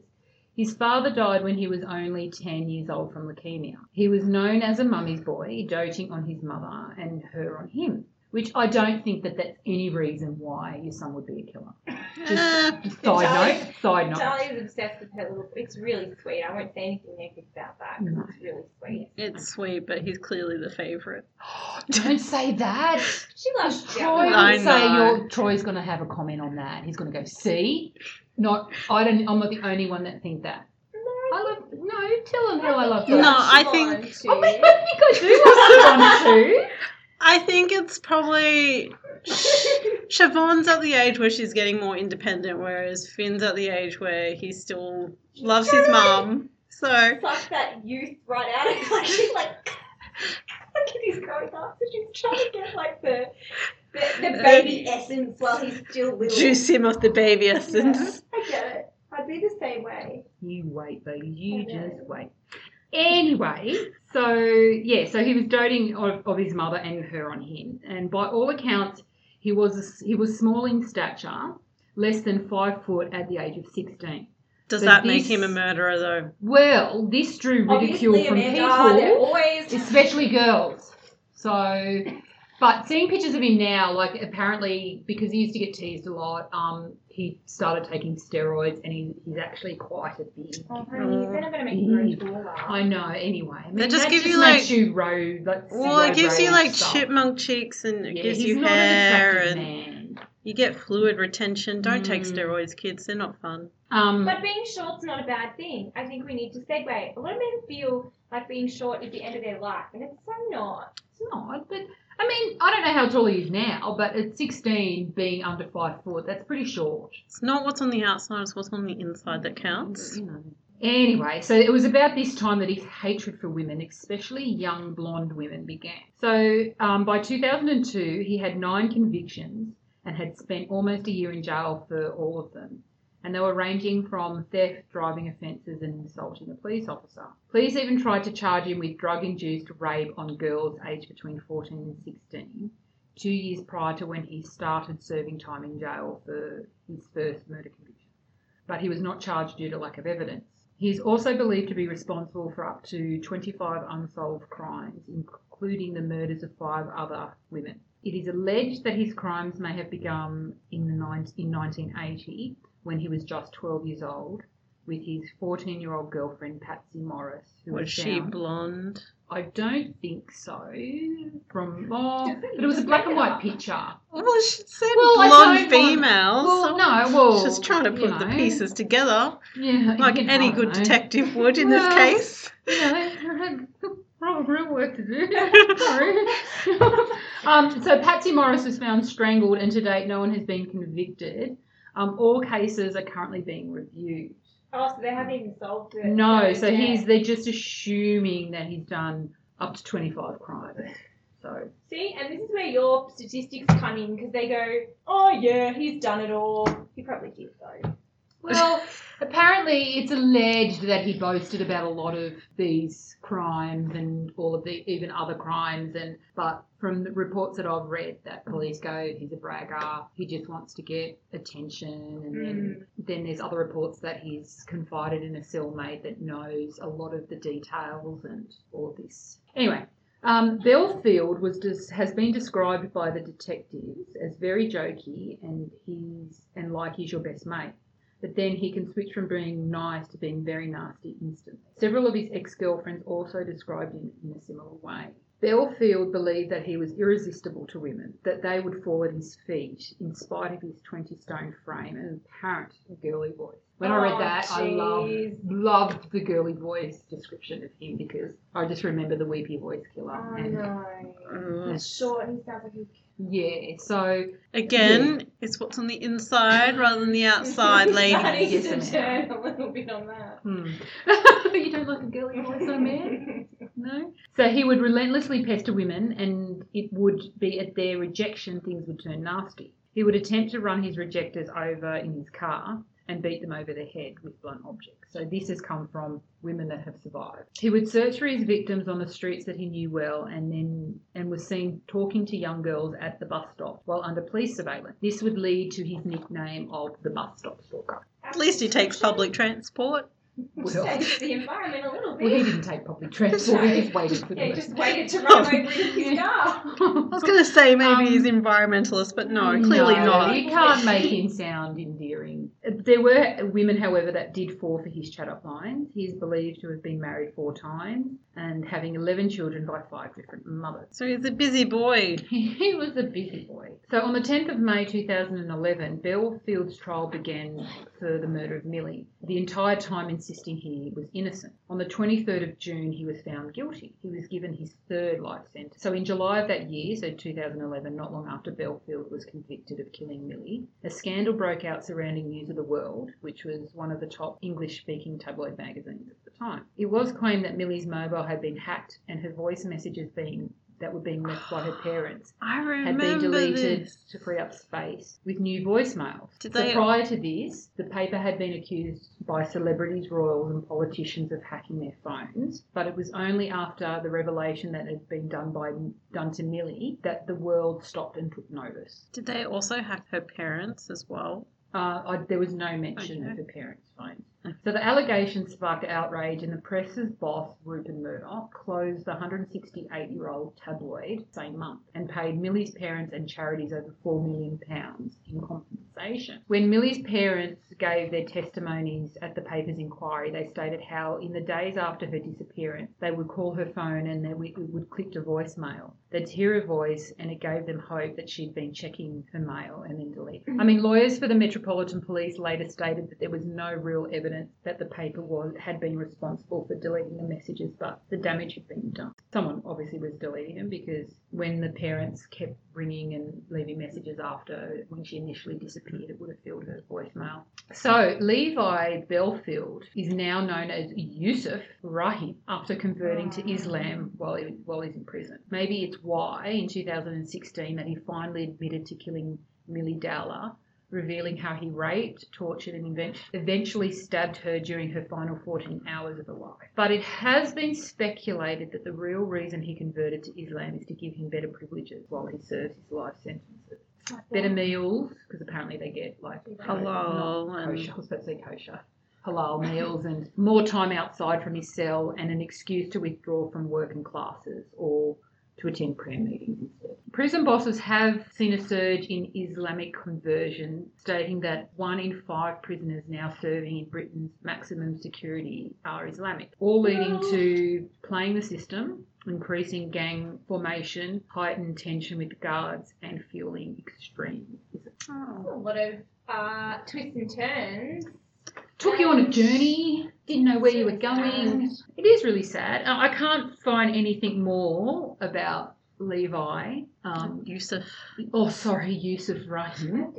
His father died when he was only 10 years old from leukemia. He was known as a mummy's boy, doting on his mother and her on him, which I don't think that that's any reason why your son would be a killer.
[laughs]
[laughs]
Uh,
Side note, side note.
Charlie's obsessed with her little. It's really sweet. I won't say anything negative about that because
No.
it's really sweet.
it's sweet, but he's clearly the favourite.
[gasps]
[laughs]
Don't say that.
She loves
Troy
Jack.
I
would say
know.
your Troy's going to have a comment on that. He's going to go, see, not I don't. I'm not the only one that think that. I love no. Tell him how I love
No,
her.
I
I mean, I think I do want someone to.
I think it's probably Siobhan's at the age where she's getting more independent, whereas Finn's at the age where he still [laughs] loves his mum. So
Suck that youth right out of like she's like [laughs] look at his growing up so she's trying to get like the the, the baby essence while he's still little.
juice him of the baby
Yeah,
essence.
I get it. I'd be the same way.
You wait, baby. You
I know.
just wait. Anyway, so yeah, so he was doting of, of his mother and her on him, and by all accounts, he was he was small in stature, less than five foot at the age of sixteen.
Does
But
that make
this-
him a murderer though?
Well, this drew ridicule
Obviously,
from
Amanda, they're
people,
always
especially girls. So, but seeing pictures of him now, like apparently because he used to get teased a lot, um, he started taking steroids and he, he's actually quite a big.
Oh, honey,
uh,
you're never gonna make him grow taller.
I know. Anyway, I mean,
They just
that
give
just
you,
makes
like-
you road. Like,
Well, it gives you like
chip.
chipmunk cheeks and it
Yeah,
gives
he's
you
not
hair
an attractive
and
man.
you get fluid retention. Don't take
Mm.
steroids, kids. They're not fun.
Hmm.
Um,
But being short's not a bad thing. I think we need to segue. A lot of men feel like being short is the end of their life, and it's so not.
It's not, but I mean, I don't know how tall he is now, but at 16, being under five foot, that's pretty short.
It's not what's on the outside, it's what's on the inside that counts.
You know. Anyway, so it was about this time that his hatred for women, especially young blonde women, began. So um, by 2002, he had nine convictions and had spent almost a year in jail for all of them. And they were ranging from theft, driving offences, and insulting a police officer. Police even tried to charge him with drug induced rape on girls aged between 14 and 16,
two years prior to when he started serving time in jail for his first murder conviction. But he was not charged due to lack of evidence. He is also believed to be responsible for up to 25 unsolved crimes, including the murders of five other women. It is alleged that his crimes may have begun in, the nine in 1980 when he was just 12 years old with his 14 year old girlfriend Patsy Morris. Who
Was she
found-
blonde?
I don't think so. From oh,
Doesn't
but it was a
just
black
make it
and white
up?
picture.
Well, she said
Well, I
blonde
don't want-
female.
Well,
so
no, well,
Oh, just trying to
you
put the
know.
pieces together,
Yeah,
like
you
any
know,
good
I don't know.
detective would in
Well,
this case.
You know, I've real work to do. Sorry.
[laughs]
um, so Patsy Morris was found strangled, and to date, no one has been convicted. Um, all cases are currently being reviewed.
Oh, so they haven't even solved it.
No,
Those
so
yet.
he's they're just assuming that he's done up to 25 crimes. So
See, and this is where your statistics come in because they go, oh yeah, he's done it all. He probably did though. [laughs]
Well, apparently it's alleged that he boasted about a lot of these crimes and all of the even other crimes and but from the reports that I've read that police go he's a bragger, he just wants to get attention and then
Hmm.
then there's other reports that he's confided in a cellmate that knows a lot of the details and all of this. Anyway, um, Bellfield was des- has been described by the detectives as very jokey and he's and like he's your best mate but then he can switch from being nice to being very nasty instantly. Several of his ex girlfriends also described him in a similar way. Bellfield believed that he was irresistible to women, that they would fall at his feet in spite of his 20 stone frame and apparent girly voice. When I
Oh,
read that, I
jeez.
loved, loved the girly voice description of him because I just remember the weepy voice killer.
Oh
and-
no.
Mm.
He's short and he sounds like he.
yeah, so
Again, it's what's on the inside rather than the [laughs] outside,
[laughs] That
lady.
is
Yes,
to
I
turn a little bit on
[laughs]
that.
hmm. you don't like a girly voice, I man? No. So he would relentlessly pester women, and it would be at their rejection things would turn nasty. He would attempt to run his rejectors over in his car and beat them over the head with blunt objects. So this has come from women that have survived. He would search for his victims on the streets that he knew well and then and was seen talking to young girls at the bus stop while under police surveillance. This would lead to his nickname of the bus stop stalker.
At least he takes
[laughs]
public transport.
Well,
Saves the environment a little
well, he
bit.
didn't take public transport, he just waited for
Yeah, he [laughs]
them.
just waited to run over his car. [laughs]
I was going to say maybe
Um,
he's environmentalist, but Mm, no, clearly
No,
not.
You [laughs] can't make him sound endearing. There were women, however, that did fall for his chat up lines. He is believed to have been married four times and having 11 children by five different mothers.
So he's a busy boy.
[laughs] He was a busy boy. So on the 10th of May 2011, Bellfield's trial began for the murder of Millie, the entire time insisting he was innocent. On the 23rd of June, he was found guilty. He was given his third life sentence. So in July of that year, so 2011, not long after Bellfield was convicted of killing Millie, a scandal broke out surrounding News of the World, which was one of the top English-speaking tabloid magazines at the time. It was claimed that Millie's mobile had been hacked and her voice messages being that were being left by
[sighs]
her parents
I
had
remember
been deleted
this.
to free up space with new voicemails.
Did
so
they-
prior to this, the paper had been accused by celebrities, royals, and politicians of hacking their phones. But it was only after the revelation that had been done by done to Millie that the world stopped and took notice.
Did they also hack her parents as well?
Uh, I, there was no mention of
Okay.
her parents' phone. So the allegations sparked outrage, and the press's boss, Rupert Murdoch, closed the 168 year old tabloid same month and paid Millie's parents and charities over £4 million in compensation. When Millie's parents gave their testimonies at the paper's inquiry, they stated how, in the days after her disappearance, they would call her phone and they would- it would click to voicemail. They'd hear a voice, and it gave them hope that she'd been checking her mail and then delete. I mean, lawyers for the Metropolitan Police later stated that there was no real evidence that the paper was had been responsible for deleting the messages, but the damage had been done. Someone obviously was deleting them because when the parents kept ringing and leaving messages after when she initially disappeared, it would have filled her voicemail. So Levi Belfield is now known as Yusuf Rahib after converting to Islam while he, while he's in prison. Maybe it's why in 2016 that he finally admitted to killing Millie Dowler, revealing how he raped, tortured, and even- eventually stabbed her during her final 14 hours of her life. But it has been speculated that the real reason he converted to Islam is to give him better privileges while he serves his life sentences. Better meals, because apparently they get like
Halal
not
and-
kosher, I was about to say kosher, halal meals, and more time outside from his cell, and an excuse to withdraw from work and classes, or to attend prayer meetings instead. Prison bosses have seen a surge in Islamic conversion, stating that one in five prisoners now serving in Britain's maximum security are Islamic, all leading to playing the system, increasing gang formation, heightened tension with guards, and fueling extremism. Oh.
oh, A lot of uh, twists and turns.
Took you on a journey, didn't know where you were going.
Um,
[laughs]
[laughs]
It is really sad. Uh, I I can't find anything more about Levi. Um,
Yusuf.
Oh, sorry, Yusuf Rahim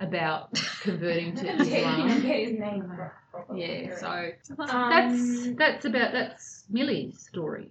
about converting to Islam.
Get his name right.
Yeah, so
Um,
that's that's about that's Millie's story.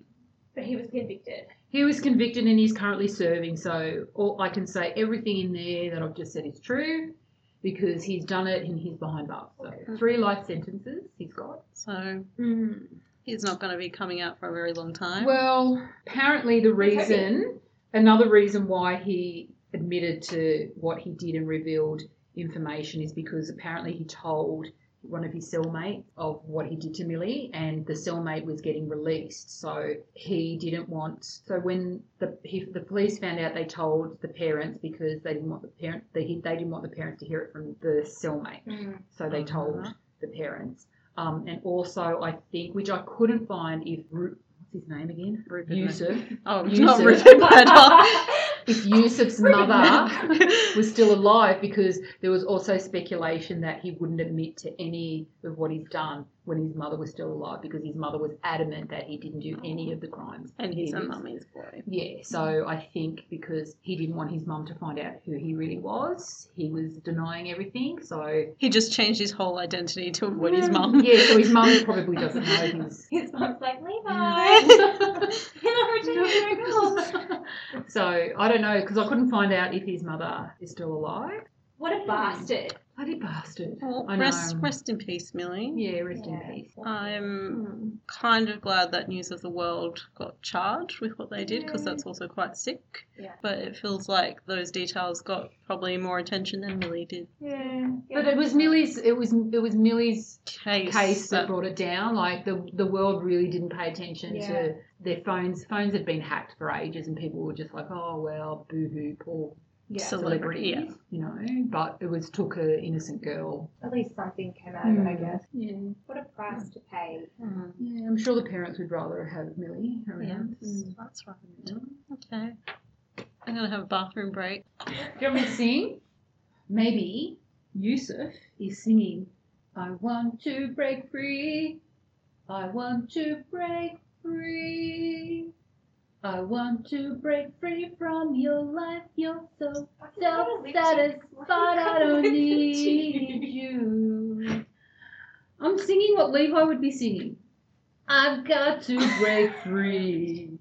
But he was convicted.
He was convicted and he's currently serving. So all I can say, everything in there that I've just said is true, because he's done it and he's behind bars. So three life sentences he's got.
So
Mm.
he's not going to be coming out for a very long time.
Well, apparently the reason, another reason why he admitted to what he did and revealed information is because apparently he told one of his cellmates of what he did to Millie, and the cellmate was getting released, so he didn't want. So when the he, the police found out, they told the parents because they didn't want the parent they, they didn't want the parents to hear it from the cellmate.
Mm. [laughs]
So
Mm-hmm.
they told the parents. Um, and also, I think, which I couldn't find, if Ru- what's his name again?
Rupert Murdoch.
Yusuf.
oh,
Yusuf.
not Rupert Murdoch. [laughs]
If Yusuf's mother [laughs] was still alive, because there was also speculation that he wouldn't admit to any of what he's done when his mother was still alive, because his mother was adamant that he didn't do any of the crimes.
and
he
he's a
did.
mummy's boy.
Yeah, so I think because he didn't want his mum to find out who he really was, he was denying everything. So
He just changed his whole identity to avoid his mum.
yeah, so his mum probably doesn't know he's
His mom's like, Levi,
Mm.
[laughs]
[laughs]
[laughs] so I don't know because I couldn't find out if his mother is still alive.
What a bastard.
Bloody bastard!
Well,
I know.
rest, rest in peace, Millie.
Yeah, rest
Yeah. Mm.
in peace.
I'm kind of glad that News of the World got charged with what they did because that's also quite sick.
Yeah.
But it feels like those details got probably more attention than Millie did.
Yeah.
But it was Millie's. It was it was Millie's
Case.
case that
that-
brought it down. Like the the world really didn't pay attention
Yeah.
to their phones. Phones had been hacked for ages, and people were just like, "Oh well, boo hoo, poor
Yeah.
So-
celebrity,"
Celebrity, yeah.
you know. But it was took a innocent girl.
At least something came out of it, I
Mm.
guess.
Yeah.
What a price to pay.
Mm,
Yeah, I'm sure the parents would rather have Millie
yeah, Mm.
around.
that's right. Okay. I'm going to have a bathroom break.
[laughs] Do you want me to sing? Maybe Yusuf is singing, I want to break free. I want to break free. I want to break free from your life. You're so self satisfied. I don't need you. I'm singing what Levi would be singing. I've got to break free.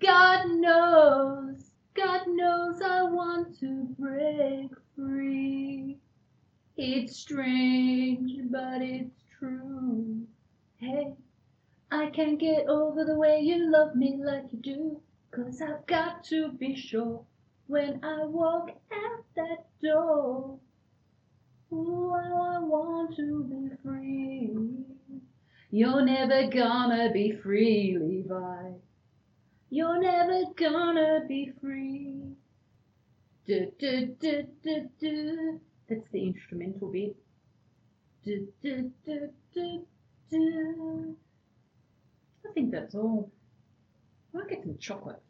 God knows, God knows I want to break free. It's strange, but it's true. Hey, I can't get over the way you love me like you do. Cause I've got to be sure when I walk out that door. Ooh, I want to be free. You're never gonna be free, Levi. You're never gonna be free. Du, du, du, du, du. That's the instrumental bit. Du, du, du, du, du. I think that's all. I might get some chocolate.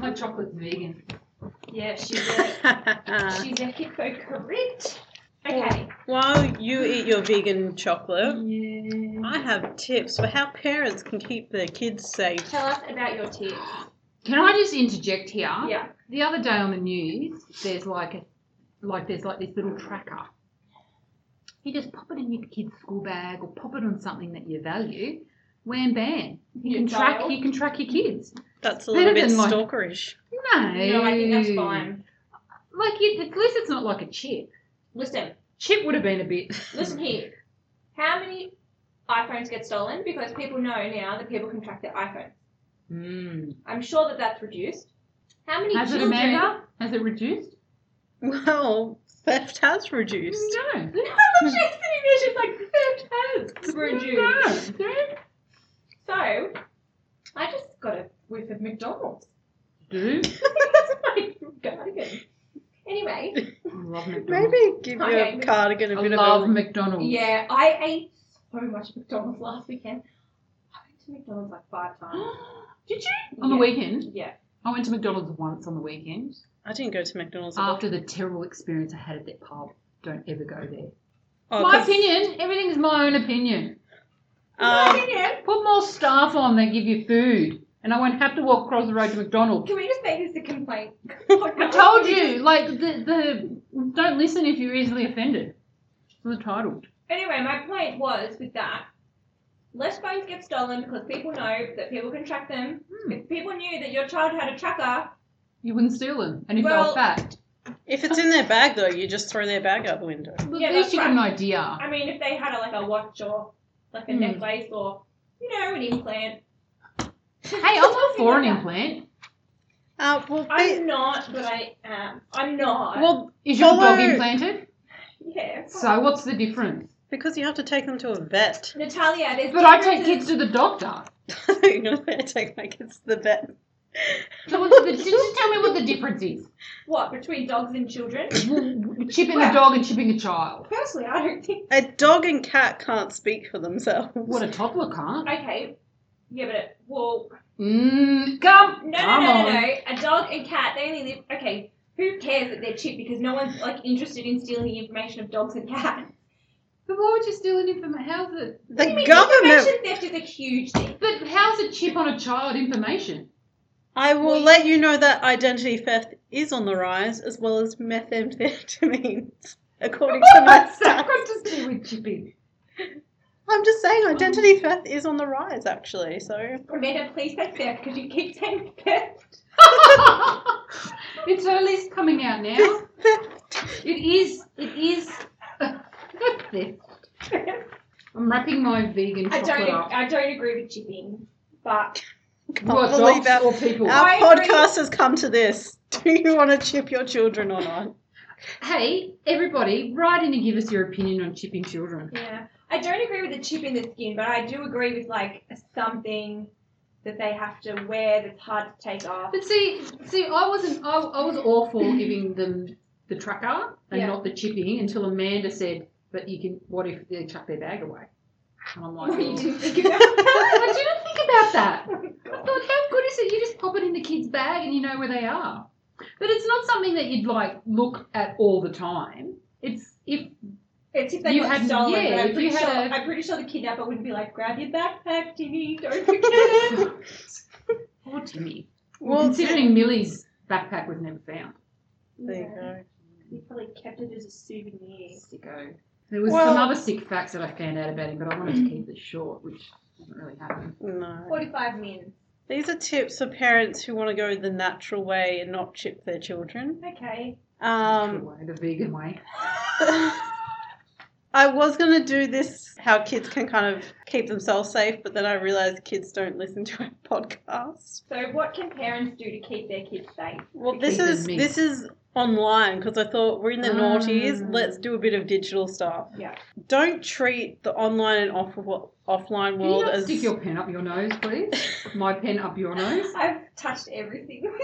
My chocolate's vegan.
Yeah, [laughs] she's a, she's a hypocrite. Okay.
[laughs] While you eat your vegan chocolate,
Yeah.
I have tips for how parents can keep their kids safe.
Tell us about your tips.
Can I just interject here?
Yeah.
The other day on the news, there's like a, like there's like this little tracker. You just pop it in your kid's school bag or pop it on something that you value. Wham bam, you
Your
can track
child.
you can track your kids.
That's a
Better
little bit
than my-
stalkerish.
No,
No, I think that's fine.
Like, it, at least it's not like a chip.
Listen,
Chip would have been a bit.
listen here. How many iPhones get stolen? Because people know now that people can track their iPhones.
Mm.
I'm sure that that's reduced. How many
Has it,
children?
Amanda? Has it reduced?
Well, theft has reduced.
No.
No, but she's sitting there. She's like, theft has reduced.
No. Don't
So, I just got a whiff of McDonald's. [laughs]
do.
That's my cardigan. Anyway,
I love
[laughs]
McDonald's.
Maybe give
Okay.
your cardigan a
I
bit
love
of a.
McDonald's.
yeah, I ate so much McDonald's last weekend. I went to McDonald's like five times.
[gasps] Did you? On the
Yeah.
weekend?
Yeah.
I went to McDonald's once on the weekend
I didn't go to McDonald's. at all.
after the terrible experience I had at that pub. Don't ever go there.
Oh,
my
'cause,
opinion. Everything is my own opinion.
um,
Put more staff on that give you food, and I won't have to walk across the road to McDonald's.
Can we just make this a complaint?
I told you, like the the don't listen if you're easily offended. It's the title.
Anyway, my point was with that. Less phones get stolen because people know that people can track them.
Hmm.
If people knew that your child had a tracker,
You wouldn't steal them, and if they
Well-
were fat,
If it's in their bag, though, you just throw their bag out the window.
well,
Yeah,
at least
that's
you get an
right.
idea.
I mean, if they had a, like a watch or like a
Hmm.
necklace or you know an implant.
Hey, I'm not for an implant.
Uh, well,
I'm not, but I am. I'm not.
be- well,
Is your dog
Follow-
implanted?
yeah.
So what's the difference?
because you have to take them to a vet.
Natalia, there's
But I take
differences-
kids to the
[laughs]
doctor.
I'm not going to take my kids to the vet.
So what's the, [laughs] just tell me what the difference is.
What between dogs and
[laughs]
children?
Chipping a dog and chipping a child.
Personally, I don't think.
A dog and cat can't speak for themselves.
What a toddler can't.
Okay. Yeah, but it, well,
Mm, come,
No,
come
no, no, no,
on.
no. A dog and cat, they only live. Okay, who cares that they're cheap because no one's like interested in stealing the information of dogs and cats.
But why would you steal an information? How's it?
the
I mean,
government.
information theft is a huge thing.
But how's a chip on a child information?
I will
Well, you-
let you know that identity theft is on the rise, as well as methamphetamines, [laughs] according to
[laughs]
my
That's
stats.
got to do [laughs] with chipping.
I'm just saying, identity theft is on the rise, actually. So
Amanda, please say theft because you keep saying theft.
[laughs] it's at least coming out
[laughs]
now. It is. It is. [laughs] I'm wrapping my vegan
I
chocolate
don't.
up.
I don't agree with chipping, but
can't
What
believe
dogs
our,
or people?
our
I agree.
podcast has come to this. [laughs] Do you want to chip your children or
[laughs]
not? [laughs]
Hey, everybody, write in and give us your opinion on chipping children.
yeah, I don't agree with the chip in the skin, but I do agree with like something that they have to wear that's hard to take off.
But see, see, I wasn't. I, I was all for giving them the tracker and
Yeah.
not the chipping until Amanda said, "But you can. What if they chuck their bag away?" And I'm like, "Oh,
What you
well, [laughs]
didn't think about that.
I didn't think about that. I thought, how good is it? You just pop it in the kid's bag and you know where they are. But it's not something that you'd like look at all the time. It's if
It's if they
You
got
had-
stolen.
yeah,
but
if
I'm
you
pretty,
had
sure, i
a-
I'm pretty sure the kidnapper wouldn't be like, grab your backpack, Timmy,
[laughs]
don't forget it.
poor Timmy. Well,
Well,
considering Millie's backpack was never found.
there you go.
He probably kept it as a souvenir.
Sicko. There was
Well-
some other sick facts that I found out about him, but I wanted to keep it short, which doesn't really happen.
No.
45 minutes.
These are tips for parents who want to go the natural way and not chip their children.
Okay.
Um, [laughs]
Way, the vegan way.
I was going to do this how kids can kind of keep themselves safe, but then I realized kids don't listen to our [laughs] podcast.
So, what can parents do to keep their kids safe?
Well, this
Keep them
is
meek.
this is online because I thought we're in the
Ah.
noughties. Let's do a bit of digital stuff.
Yeah.
Don't treat the online and off- offline
Can you
world
not
as
stick your pen up your nose, please? My pen up your nose.
I've touched everything. [laughs]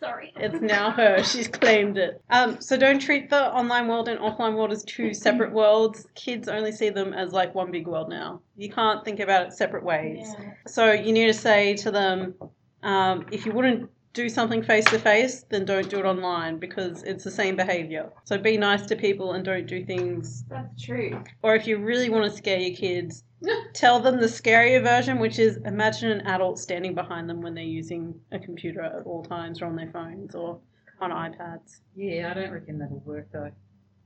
Sorry.
It's now her. She's claimed it. Um, so don't treat the online world and offline world as two separate worlds. Kids only see them as like one big world now. You can't think about it separate ways. So you need to say to them, um, if you wouldn't do something face to face, then don't do it online because it's the same behavior. So be nice to people and don't do things.
That's true.
Or if you really want to scare your
[laughs]
kids, tell them the scarier version, which is imagine an adult standing behind them when they're using a computer at all times or on their phones or on iPads.
Yeah, I don't reckon that'll work though.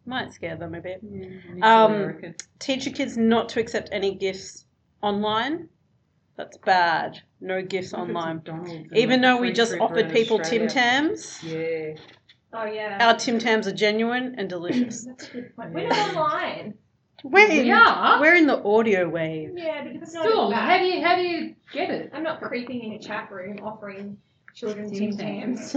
Might scare them a bit.
Initially,
Um,
I reckon.
Teach your kids not to accept any gifts online. That's bad. No gifts online.
McDonald's and
Even
like
though we
free
just
trip
offered
around
people Tim
Australia.
Tams,
Yeah.
Oh yeah.
Our Tim Tams are genuine and delicious.
That's a good point. We're not online.
We're in,
[clears throat] We are.
we're in the audio wave. [laughs]
Yeah, because it's not
Still,
in the back.
how do you how do you get it?
I'm not creeping in a chat room offering children
Tim
Tim
[laughs]
Tams.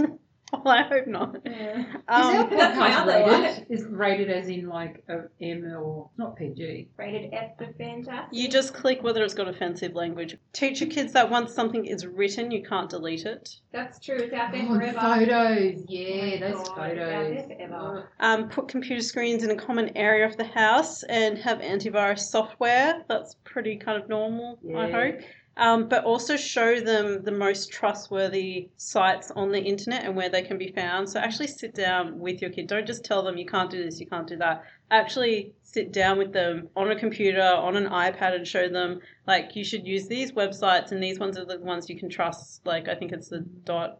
Well, I hope not.
Yeah.
Is our
Um,
that's my
podcast
other
rated? Is rated as in like a M or not PG?
Rated F for fantastic.
you just click whether it's got offensive language. Teach your kids that once something is written, you can't delete it.
That's true. It's out there
Oh, and
forever.
photos, yeah,
Oh my
those
God, it's out there
photos.
forever.
Um, put computer screens in a common area of the house and have antivirus software. That's pretty kind of normal, I
Yeah.
hope. Um, but also show them the most trustworthy sites on the internet and where they can be found. So actually sit down with your kid. Don't just tell them you can't do this, you can't do that. Actually sit down with them on a computer, on an iPad, and show them like you should use these websites and these ones are the ones you can trust. Like I think it's the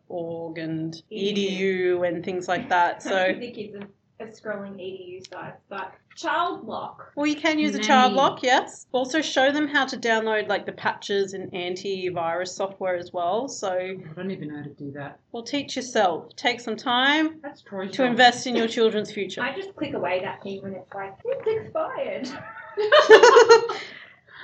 .org and edu and things like that.
[laughs]
So.
the kids are, are scrolling edu sites, but child lock.
Well, you can use a child
Nay.
lock, yes. Also, show them how to download like the patches and antivirus software as well. So,
I don't even know how to do that.
well, teach yourself. Take some time
That's Troy's
to
job.
invest
[laughs]
in your children's future.
I just click away that thing when it's like [laughs] it's expired.
[laughs]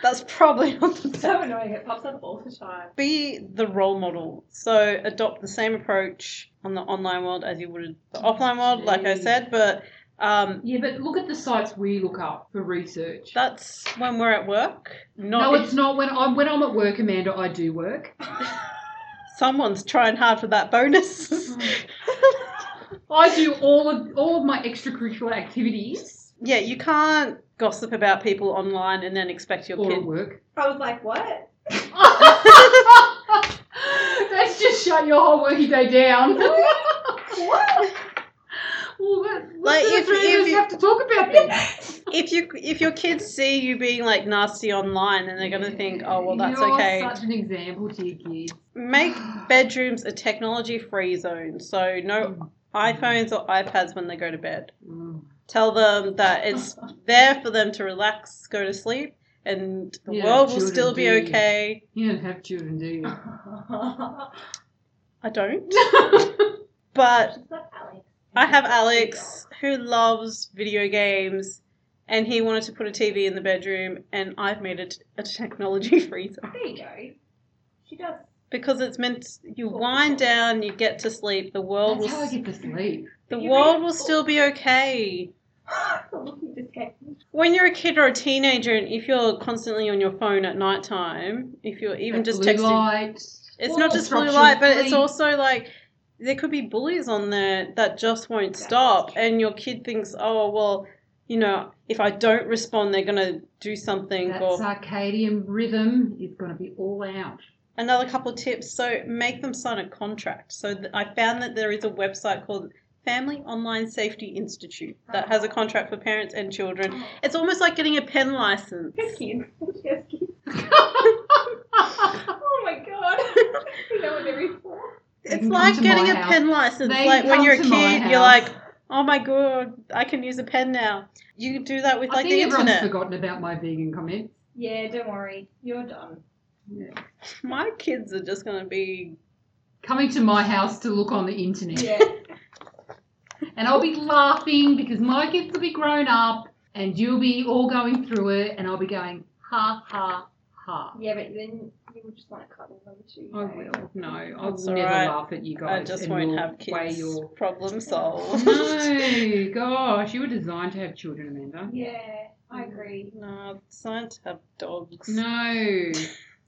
That's probably not the best.
so annoying. It pops up all the time.
Be the role model. So, adopt the same approach on the online world as you would the offline world, like I said. But um,
Yeah, but look at the sites we look up for research.
that's when we're at work. Not
no, it's not. When I'm when I'm at work, Amanda, I do work.
someone's trying hard for that
[laughs]
bonus.
Oh, I do all of all of my extracurricular activities
Yeah, you can't gossip about people online and then expect your
or at
kid.
[laughs] work.
I was like, what? [laughs]
That's just shut your whole working day down. [laughs]
What?
Well, that,
Like,
like
if-
if, three
if
of us
you-
have to talk about [laughs] this.
If you if your kids see you being like nasty online, then they're gonna think, oh well, that's
You're
okay.
Such an example to your kids.
Make bedrooms a technology free zone, so no iPhones or iPads when they go to bed.
Mm.
Tell them that
[laughs]
it's there for them to relax, go to sleep, and the
Yeah,
world will
children
still be
do.
okay.
You don't have children, do you?
I
[laughs]
don't, but
She's not Alex.
I have Alex who loves video games and he wanted to put a TV in the bedroom and I've made it a technology [laughs] freezer
There you go. She does. [laughs]
because it's meant you wind down, you get to sleep, the world
That's how I
will
get to sleep.
the
You
world
made-
will still be okay.
The look you just gave me.
When you're a kid or a teenager and if you're constantly on your phone at night time, if you're even
That
just
blue
texting
light.
It's
Well,
not just blue
obstruction
light, but it's
sleep.
also like there could be bullies on there that just won't stop, and your kid thinks, oh well, you know, if I don't respond, they're gonna do something.
That
or
circadian rhythm is going to be all out.
another couple of tips: so make them sign a contract. So th- I found that there is a website called Family Online Safety Institute that has a contract for parents and children. It's almost like getting a pen license.
She's [laughs] cute. She has cute. Oh my god. [laughs] you know what they're in for.
It's
can come
like
to
getting
my
a
house.
pen license.
They can
like when
come
you're a
to my
kid, you're
house.
like, oh my god, I can use a pen now. You do that with
I
like
think
the
everyone's
internet.
forgotten about my vegan comment.
Yeah, don't worry. You're done.
Yeah.
My kids are just gonna be.
Coming to my house to look on the internet.
Yeah.
And I'll be laughing because my kids will be grown up and you'll be all going through it and I'll be going, ha, ha, ha.
[laughs] Yeah, but then you will just want to cut them over too.
I will. No, I'll
That's
never
alright.
laugh at you
I
guys.
just
and
won't
we'll
have
weigh
kids. [laughs]
your- [laughs]
Problem solved.
No, gosh, you were designed to have children, Amanda.
Yeah, I agree.
no, it's not to have dogs.
No,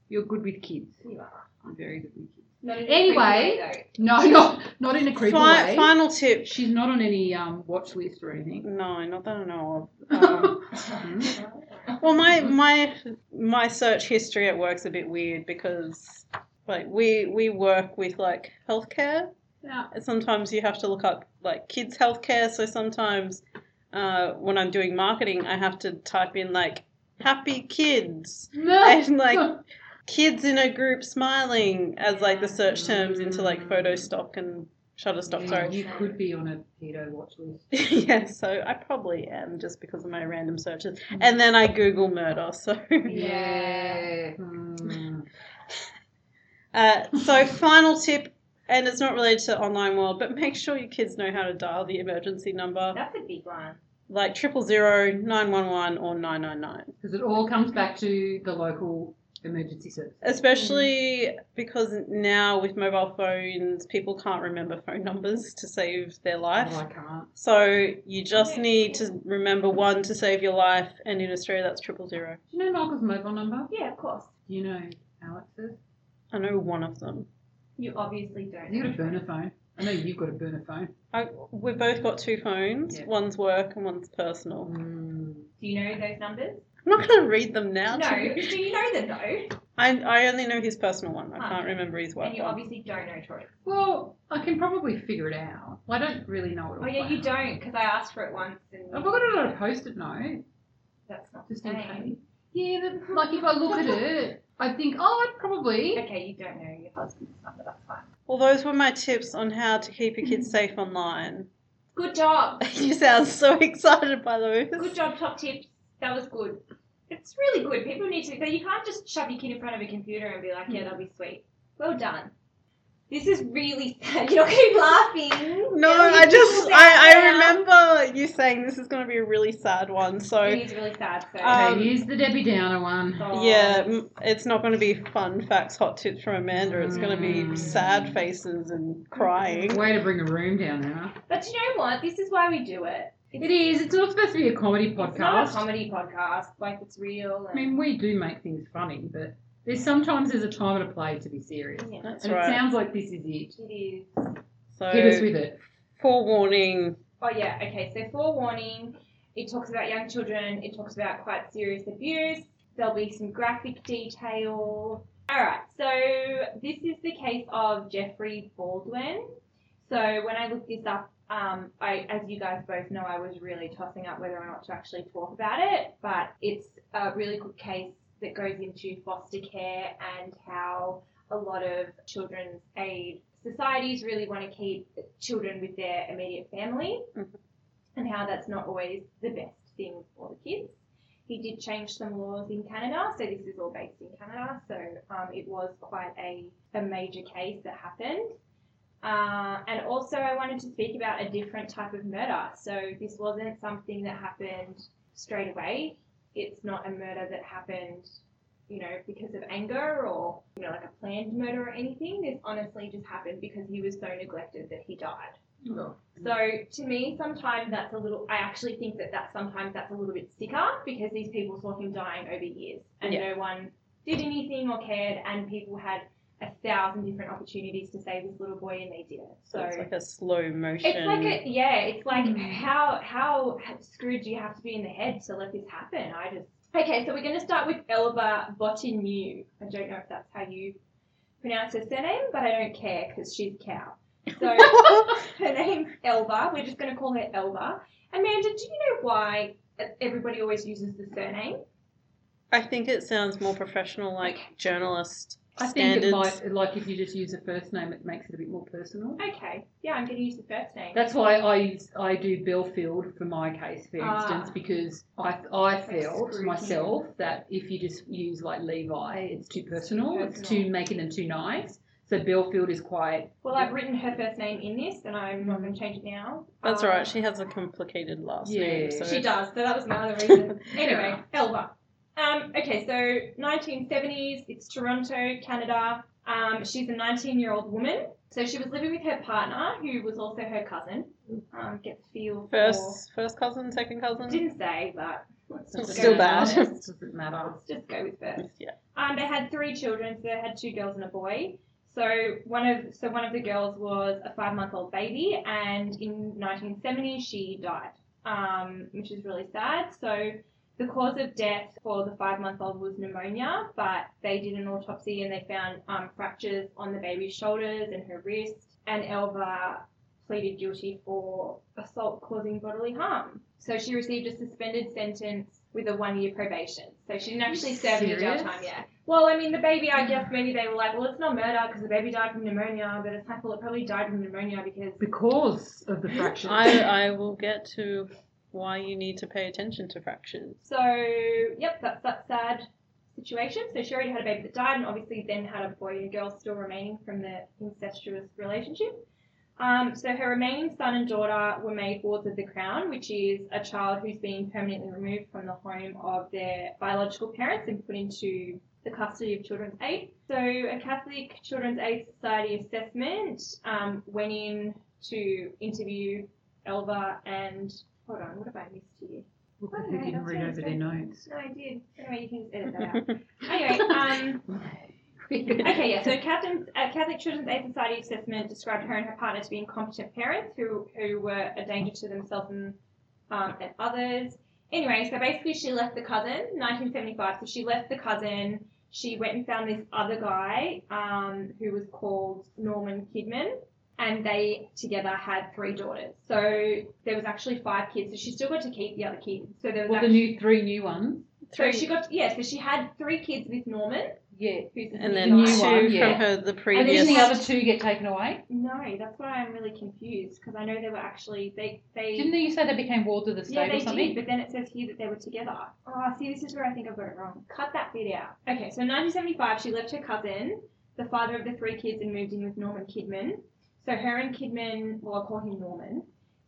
you're good with kids.
You are.
I'm very good with kids.
Not in a
Anyway.
creepy way,
No, [laughs] not not in a creepy
Fi-
way.
Final tip.
She's not on any um, watch list or [laughs] anything.
No, not that I know of. Um,
Um,
though.
well, my my my search history at work's a bit weird because like we we work with like healthcare
yeah.
sometimes you have to look up like kids healthcare so sometimes uh, when i'm doing marketing i have to type in like happy
[laughs]
kids and like kids in a group smiling as like the search terms into like photo stock and shutter stock Oh, sorry [laughs]
You could be on a pedo watch list.
yeah so i probably am just because of my random searches and then i google murder so [laughs]
Yeah.
Mm.
uh, so final tip and it's not related to online world, but make sure your kids know how to dial the emergency number,
That's a big one.
like triple zero, nine one one, or nine nine nine.
Because it all comes back to the local emergency service.
Especially because now with mobile phones, people can't remember phone numbers to save their life.
Oh, I can't.
So you just need to remember one to save your life, and in Australia that's triple zero.
Do you know Michael's mobile number?
Yeah, of course.
Do you know Alex's?
I know one of them.
You obviously don't.
You got a burner phone. I know you've got a burner phone.
I, we've both got two phones.
Yeah.
One's work and one's personal.
Mm.
Do you know those numbers?
I'm not going to read them now.
No.
to
Do
you.
you know them though?
I, I only know his personal one. I
Ah.
can't remember his work
And you
one.
obviously don't know Troy.
Well, I can probably figure it out. Well, I don't really know it all.
Oh yeah,
by
you
heart.
don't because I asked for it once and
I've got it on a post-it note,
that's not the
just in
same.
case. Yeah, but like if I look at it, I think, oh, I'd probably.
Okay, you don't know your husband's number. That's fine.
Well, those were my tips on how to keep your kids safe online. [laughs]
Good job.
you sound so [laughs] excited by those.
Good job. Top tips. That was good. It's really good. People need to. You can't just shove your kid in front of a computer and be like, yeah, that'll be sweet. Well done. This is really sad. [laughs] You're not going to be laughing.
No,
It'll be
I just
sad.
I, I remember you saying this is going to be a really sad one. So
It is really sad. So.
Um,
okay, here's the Debbie Downer one.
Oh.
Yeah, m- it's not going to be fun facts, hot tips from Amanda. It's going to be
Mm.
sad faces and crying.
Way to bring a room down, Hannah.
But you know what? This is why we do it. It's,
It is. It's not supposed to be a comedy
It's not a
podcast.
comedy podcast. Like it's real.
I
And,
mean, we do make things funny, but there's sometimes there's a time and a place to be serious.
yeah,
That's
and it
right.
sounds like this is it.
it is.
Hit us
So
with it.
forewarning.
Oh yeah. Okay. So forewarning. It talks about young children. It talks about quite serious abuse. There'll be some graphic detail. All right. So this is the case of Jeffrey Baldwin. So when I looked this up, um, I, as you guys both know, I was really tossing up whether or not to actually talk about it. But it's a really good case that goes into foster care and how a lot of children's aid societies really want to keep children with their immediate family
Mhm.
and how that's not always the best thing for the kids. He did change some laws in Canada, so this is all based in Canada. So um, it was quite a, a major case that happened. Uh, and also, I wanted to speak about a different type of murder. So this wasn't something that happened straight away. It's not a murder that happened, you know, because of anger or you know, like a planned murder or anything. This honestly just happened because he was so neglected that he died. So to me, sometimes that's a little. I actually think that that sometimes that's a little bit sicker because these people saw him dying over years, and no one did anything or cared, and people had a thousand different opportunities to save this little boy, and they didn't.
So it's like a slow motion.
It's like a yeah. It's like
Mm.
how how screwed do you have to be in the head to let this happen? I just okay. So we're going to start with Elva Bottigneau. I don't know if that's how you pronounce her surname, but I don't care because she's cow.
[laughs]
So her name's Elva. We're just going to call her Elva. Amanda, do you know why everybody always uses the surname?
[laughs] I think it sounds more professional, like journalist
I think it
standards.
might, like if you just use the first name, it makes it a bit more personal.
Okay, yeah, I'm going to use the first name.
That's why I use, I do Bill Field for my case, for
Ah.
instance, because I I felt
scrutiny.
myself that if you just use like Levi, it's too personal. It's
personal.
too making them too nice. So Bill Field is quite
Well, I've written her first name in this, and I'm not going to change it now.
That's
Um,
right. She has a complicated last
Uh, Yeah.
name. So
She does, so that was my other reason.
[laughs]
anyway, Elva. Um, okay, so 1970s, it's Toronto, Canada. Um, she's a 19 year old woman. So she was living with her partner, who was also her cousin. Um, get the feel for.
first, first cousin, second cousin.
Didn't say, but let's
It's
just
still
go with
bad.
first.
Doesn't matter.
Let's just go with first.
Yeah.
Um, they had three children, so they had two girls and a boy. So one of so one of the girls was a five month old baby, and in 1970 she died, um, which is really sad. So the cause of death for the five month old was pneumonia, but they did an autopsy and they found um, fractures on the baby's shoulders and her wrist. And Elva pleaded guilty for assault causing bodily harm. So she received a suspended sentence with a one year probation. So she didn't actually serve any jail
Serious?
time yet. Well, I mean, the baby, I guess maybe they were like, well, it's not murder because the baby died from pneumonia, but it's like, well, it probably died from pneumonia because.
Because of the fracture.
I, I will get to why you need to pay attention to fractures.
So, yep, that's, that's sad. situation. So she already had a baby that died, and obviously then had a boy and a girl still remaining from the incestuous relationship. Um, so her remaining son and daughter were made wards of the crown, which is a child who's been permanently removed from the home of their biological parents and put into the custody of Children's Aid. So a Catholic Children's Aid Society assessment um, went in to interview Elva and hold on, what have I missed here?
Who didn't read over their [laughs] notes.
No, I did. Anyway, you can just edit that out. anyway, um, okay, yeah. So Captain, uh, Catholic Children's Aid Society assessment described her and her partner to be incompetent parents who who were a danger to themselves and um, and others. Anyway, so basically she left the cousin, 1975. So she left the cousin. She went and found this other guy um, who was called Norman Kidman, and they together had three daughters. So there was actually five kids. So she still got to keep the other kids. So there was
Well, the
actually,
new three new ones.
so she got yeah. So she had three kids with Norman,
Yeah.
who's
And
the
then
new
two
one, yeah.
from her the
And then
previous.
the other two get taken away.
No, that's why I'm really confused because I know they were actually they they
Didn't you say they became wards of the state
yeah
or
they
something?
did, but then it says here that they were together. Oh, see, this is where I think I've got it wrong. Cut that bit out. Okay, so in 1975 she left her cousin, the father of the three kids, and moved in with Norman Kidman. So her and Kidman, well, I'll call him Norman.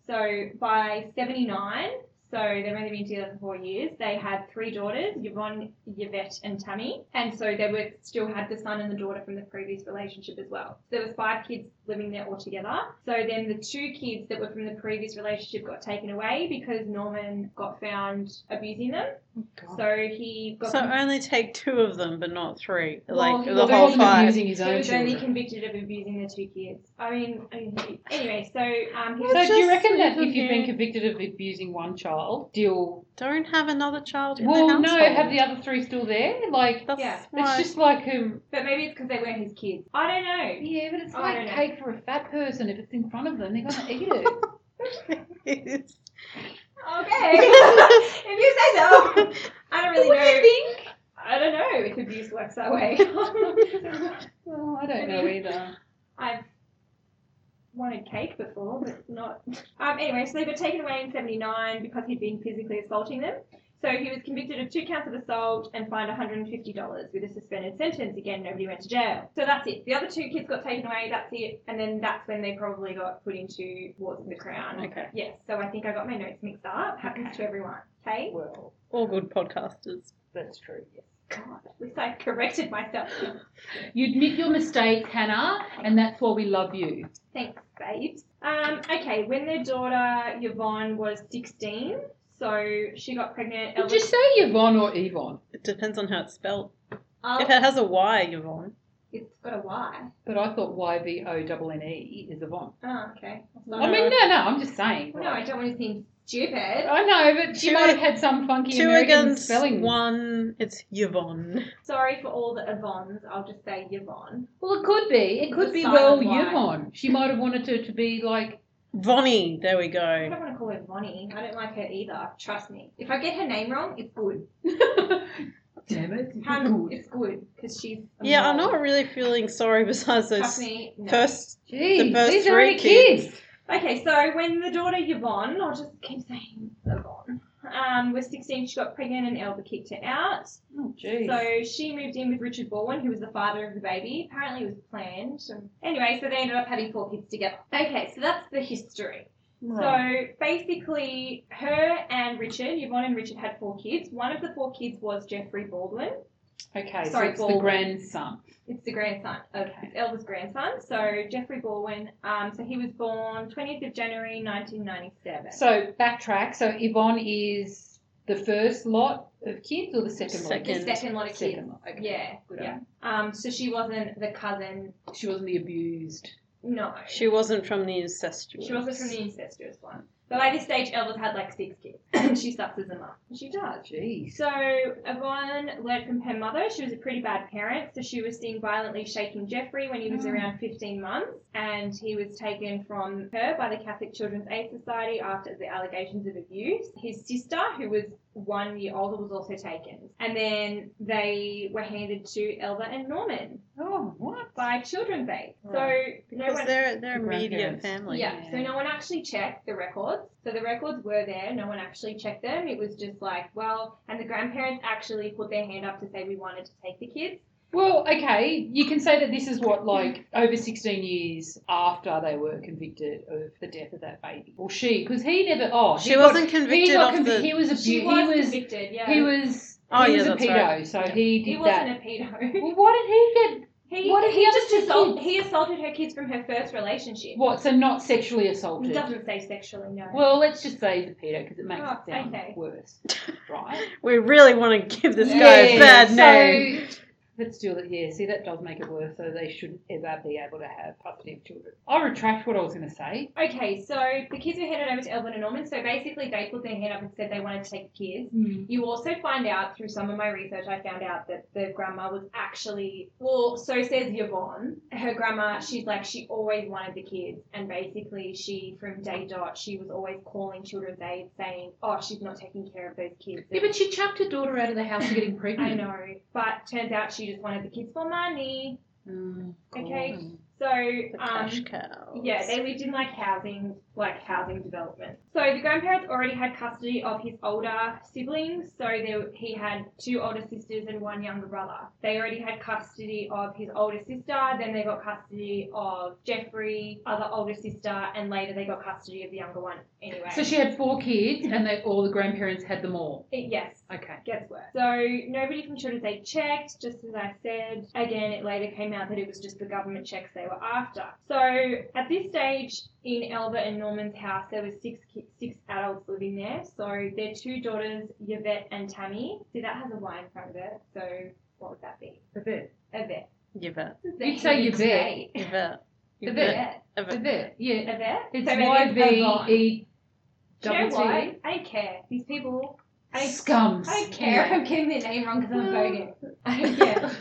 So by 79, so they've only been together for four years. They had three daughters, Yvonne, Yvette, and Tammy. And so they were still had the son and the daughter from the previous relationship as well. So there was five kids living there all together. So then the two kids that were from the previous relationship got taken away because Norman got found abusing them.
Oh,
So he got
So only take two of them, but not three.
Well,
Like [laughs]
he
the
was
whole
only
five.
Abusing his
he
own
was only
children.
convicted of abusing the two kids. I mean, I mean he- anyway, so um, he was
So do you
Just
reckon that
leave
if you've been
him.
convicted of abusing one child, you'll
Don't have another child in the
well
household.
no have the other three still there? Like
That's
Yeah.
why- [laughs]
it's just like um
But maybe it's because they weren't his kids. I don't know.
yeah, but it's
I
like
don't know.
cake for a fat person. If it's in front of them, they're gonna eat it. [laughs]
Okay. if you say so. I don't really
What do
know.
you think?
I don't know if abuse works that way.
[laughs]
[laughs]
Well, I don't know either.
I've wanted cake before, but not. Um, anyway, so they got taken away in 79 because he'd been physically assaulting them. So he was convicted of two counts of assault and fined $150 with a suspended sentence. Again, nobody went to jail. So that's it. The other two kids got taken away, that's it. And then that's when they probably got put into Wars of the Crown.
Okay.
Yes, so I think I got my notes mixed up. Happens to everyone. Okay?
Well,
[laughs] All good podcasters.
that's true.
God, at least I
[gasps]
corrected myself.
You admit your mistakes, Hannah, and that's why we love you.
Thanks, babes. Um, okay, when their daughter Yvonne was 16, so she got pregnant.
Did you say Yvonne or Yvonne?
It depends on how it's spelled.
Oh,
If it has a Y, Yvonne.
it's got a Y.
But I thought Y V O N N E is Yvonne.
Oh, okay.
I mean, no, no, I'm just saying.
Well, no, I don't want to seem stupid.
I know, but she
Two-
might have had some funky
Two
American
against
spelling.
one. It's Yvonne.
Sorry for all the Yvonnes. I'll just say Yvonne.
Well, it could be. It
It's
could
a
be well
silent Y.
Yvonne. She might have wanted to, to be like. [laughs]
Vonnie. There we
I
go.
don't want to call her Vonnie. I don't like her either. Trust me. If I get her name wrong, it's good.
Damn it!
Um, It's good because she's. a
Yeah, I'm
mole.
not really feeling sorry besides
Trust
those
me. No.
first.
Jeez,
The first
these are
three
only kids.
Okay, so when the daughter Yvonne, I'll just keep saying Yvonne, um, was 16, she got pregnant and Elba kicked her out.
Oh, jeez.
So she moved in with Richard Baldwin, who was the father of the baby. Apparently, it was planned. So anyway, so they ended up having four kids together. Okay, so that's the history. So basically, her and Richard, Yvonne and Richard, had four kids. One of the four kids was Jeffrey Baldwin.
okay, so
sorry,
it's the
Baldwin.
grandson.
It's the grandson of
Okay.
it's Elder's grandson. So Jeffrey Baldwin. Um, so he was born 20th of January 1997.
So backtrack. So Yvonne is the first lot of kids or the second,
the
Second.
lot?
second lot of
Of
kids.
kids? Second lot. Okay.
Yeah,
Good
yeah. Um, so she wasn't the cousin.
She wasn't the abused.
No.
She wasn't from the incestuous.
She wasn't from the incestuous one. But by this stage, Elva's had like six kids, [coughs] and she sucks them up. And she does.
Jeez.
So Yvonne learned from her mother she was a pretty bad parent, so she was seen violently shaking Jeffrey when he was
Mm.
around 15 months, and he was taken from her by the Catholic Children's Aid Society after the allegations of abuse. His sister, who was one year older was also taken. And then they were handed to Elva and Norman
Oh, what?
by Children's Aid.
Right.
So no
Because
one
they're they're
The
immediate
grandparents.
family.
yeah, so
yeah.
no one actually checked the records. So the records were there, no one actually checked them. It was just like, well, and the grandparents actually put their hand up to say we wanted to take the kids.
Well, okay, you can say that this is what, like, over 16 years after they were convicted of the death of that baby. Or she, because he never, oh, he
She
got-
wasn't
he,
convicted
got
of
convi-
the.
he was a
She
bu-
was,
he was,
convicted, yeah.
he was,
Oh,
he
yeah,
was a
that's
pedo,
right.
so
Yeah.
he did
he
that.
wasn't a pedo.
Well, why did he get,
He,
What did
he,
he
just
just
assault,
do?
he assaulted her kids from her first relationship.
what, so not sexually
It
assaulted?
doesn't say sexually, no.
Well, let's just say he's a pedo because it makes
Oh,
it sound
okay. [laughs]
worse, right?
We really want to give this guy a
Yeah,
bad
so-
um,
name.
Let's do it. Yeah, see, that does make it worse. So they shouldn't ever be able to have custody of children. I retract what I was going to say.
Okay, so the kids were handed over to Elvin and Norman. So basically, they put their hand up and said they wanted to take the kids. You also find out through some of my research, I found out that the grandma was actually, well, so says Yvonne. Her grandma, she's like, she always wanted the kids. And basically, she, from day dot, she was always calling Children's Aid saying, oh, she's not taking care of those kids.
Yeah, but she chucked her daughter out of the house for getting pregnant.
I know. But turns out she just wanted the kids for money.
Mm,
Okay.
God.
So,
The
um,
cash cows.
Yeah, they lived in like housing, like housing development. So the grandparents already had custody of his older siblings. So there, he had two older sisters and one younger brother. They already had custody of his older sister. Then they got custody of Jeffrey, other older sister, and later they got custody of the younger one. Anyway,
So she had four kids, and they all the grandparents had them all.
It- yes,
Okay.
gets worse. So nobody from Children's Aid checked, just as I said. Again, it later came out that it was just the government checks they were after. So at this stage in Elva and Norman's house, there were six ki- six adults living there. So their two daughters, Yvette and Tammy. See, that has a Y in front of it. So what would that be? Yvette.
Yvette.
You'd say Yvette.
Yvette.
Yvette.
Yvette.
Yvette. Yeah.
Yvette.
It's
So
Y
it's a
V
Y.
E
Do you know
double
why?
T.
I don't care. These people. I
Scums.
I don't care if I'm getting their name wrong because I'm
[laughs]
a bogan. I don't care.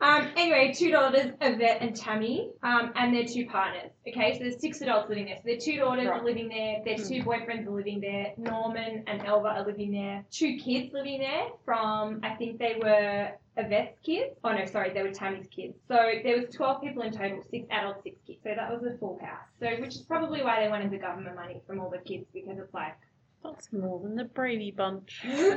um, anyway, two daughters, Yvette and Tammy, um, and their two partners. Okay, so there's six adults living there. So their two daughters
Right.
are living there, their two boyfriends are living there, Norman and Elva are living there, two kids living there from, I think they were Yvette's kids. Oh no, sorry, they were Tammy's kids. So there was 12 people in total, six adults, six kids. So that was a full house. So which is probably why they wanted the government money from all the kids because it's like,
[laughs] That's more than the Brady Bunch.
How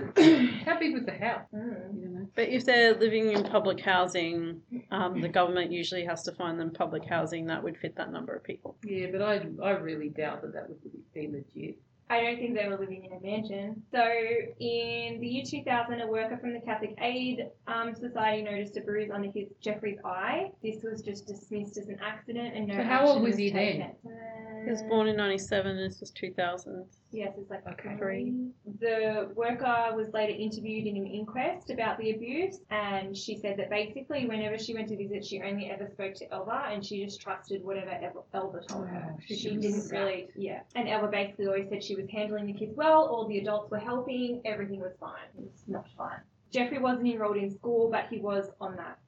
big was the house?
mm,
You don't know.
But if they're living in public housing, um, the government usually has to find them public housing that would fit that number of people.
Yeah, but I, I really doubt that that would be legit.
I don't think they were living in a mansion. So, in the year 2000, a worker from the Catholic Aid um, Society noticed a bruise on his Jeffrey's eye. This was just dismissed as an accident, and no.
So how old
action
was he
taken.
He was
Uh,
born in 97, this was 2000.
Yes, it's like
Okay.
three. The worker was later interviewed in an inquest about the abuse, and she said that basically, whenever she went to visit, she only ever spoke to Elva, and she just trusted whatever Ev- Elva told her.
Wow,
She,
Oh, she was
didn't
sad.
really, yeah. And Elva basically always said she was handling the kids well, all the adults were helping, everything was fine. It was not fine. Jeffrey wasn't enrolled in school, but he was on that,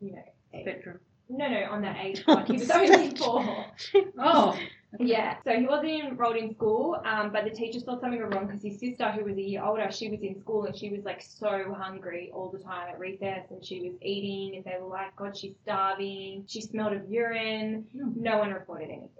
you know, age.
Spectrum.
No, no, on that [laughs] age. Like, he was only four.
Oh,
Yeah, so he wasn't enrolled in school, um, but the teachers thought something was wrong because his sister, who was a year older, she was in school and she was like so hungry all the time at recess and she was eating and they were like, God, she's starving. She smelled of urine.
Hmm.
No one reported anything.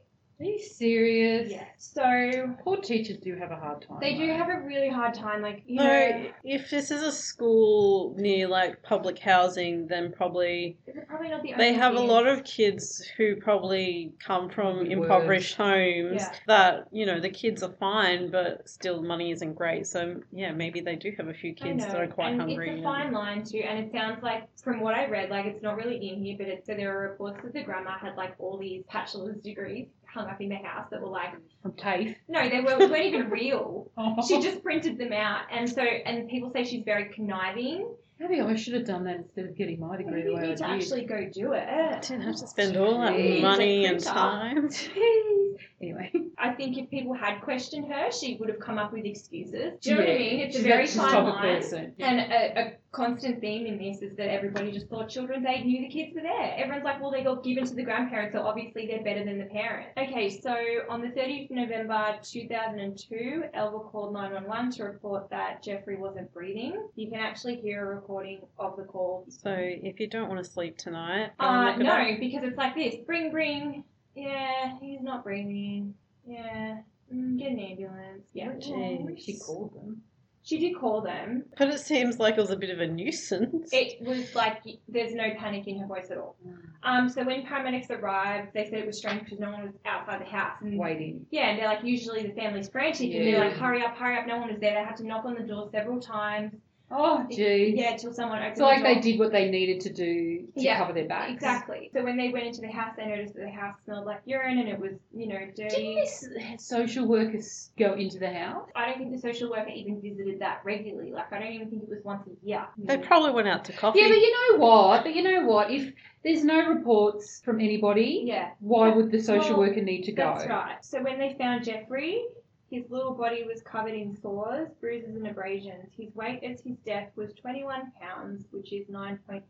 are you serious?
Yeah. So
Poor teachers do have a hard time.
they do
though.
have a really hard time, like, you know,
No, if this is a school near like public housing, then probably
they're probably not the only
they have a lot of kids who probably come from
Worse.
impoverished homes
Yeah.
that, you know, the kids are fine, but still money isn't great. So, yeah, maybe they do have a few kids that are quite
and
hungry.
It's a
and-
fine line too, and it sounds like from what I read, like it's not really in here, but it, so there were reports that the grandma had like all these bachelor's degrees hung up in the house that were like
From TAFE.
no, they were,
[laughs]
weren't even real.
Oh.
She just printed them out, and so and people say she's very conniving.
Maybe I should have done that instead of getting my degree
Maybe
the
you
way I
need to
did.
actually go do it. [laughs]
Didn't have to spend all that
Jeez,
money
like
and
[laughs] print up.
time.
Jeez.
Anyway,
I think if people had questioned her, she would have come up with excuses. Do you know what I
Yeah.
mean? It's a
She's
very
got- she's
fine
top of
line.
there soon. Yeah.
And a, a constant theme in this is that everybody just thought Children's Aid knew the kids were there. Everyone's like, well, they got given to the grandparents, so obviously they're better than the parents. Okay, so on the 30th of November 2002, Elva called 911 to report that Jeffrey wasn't breathing. You can actually hear a recording of the call.
So if you don't want to sleep tonight, go and
Uh,
look it up.
no, because it's like this. Bring, bring. Yeah, he's not breathing. Yeah. Mm, get an ambulance. Yeah.
Jeez.
she called them.
She did call them.
But it seems like it was a bit of a nuisance.
It was like there's no panic in her voice at all. Um, so when paramedics arrived, they said it was strange because no one was outside the house.
Mm-hmm.
And
Waiting.
yeah, and they're like usually the family's frantic and they're
Yeah.
like hurry up, hurry up. No one was there. They had to knock on the door several times.
Oh, gee.
Yeah, till someone opened
It's like
the door.
they did what they needed to do to
Yeah,
cover their backs.
Exactly. So when they went into the house, they noticed that the house smelled like urine and it was, you know, dirty.
Didn't this social workers go into the house?
I don't think the social worker even visited that regularly. Like, I don't even think it was once a year.
They probably went out to coffee.
Yeah, but you know what? But you know what? If there's no reports from anybody,
Yeah,
why would the social
Well,
worker need to go?
that's right. So when they found Jeffrey, his little body was covered in sores, bruises, and abrasions. His weight at his death was 21 pounds, which is 9.5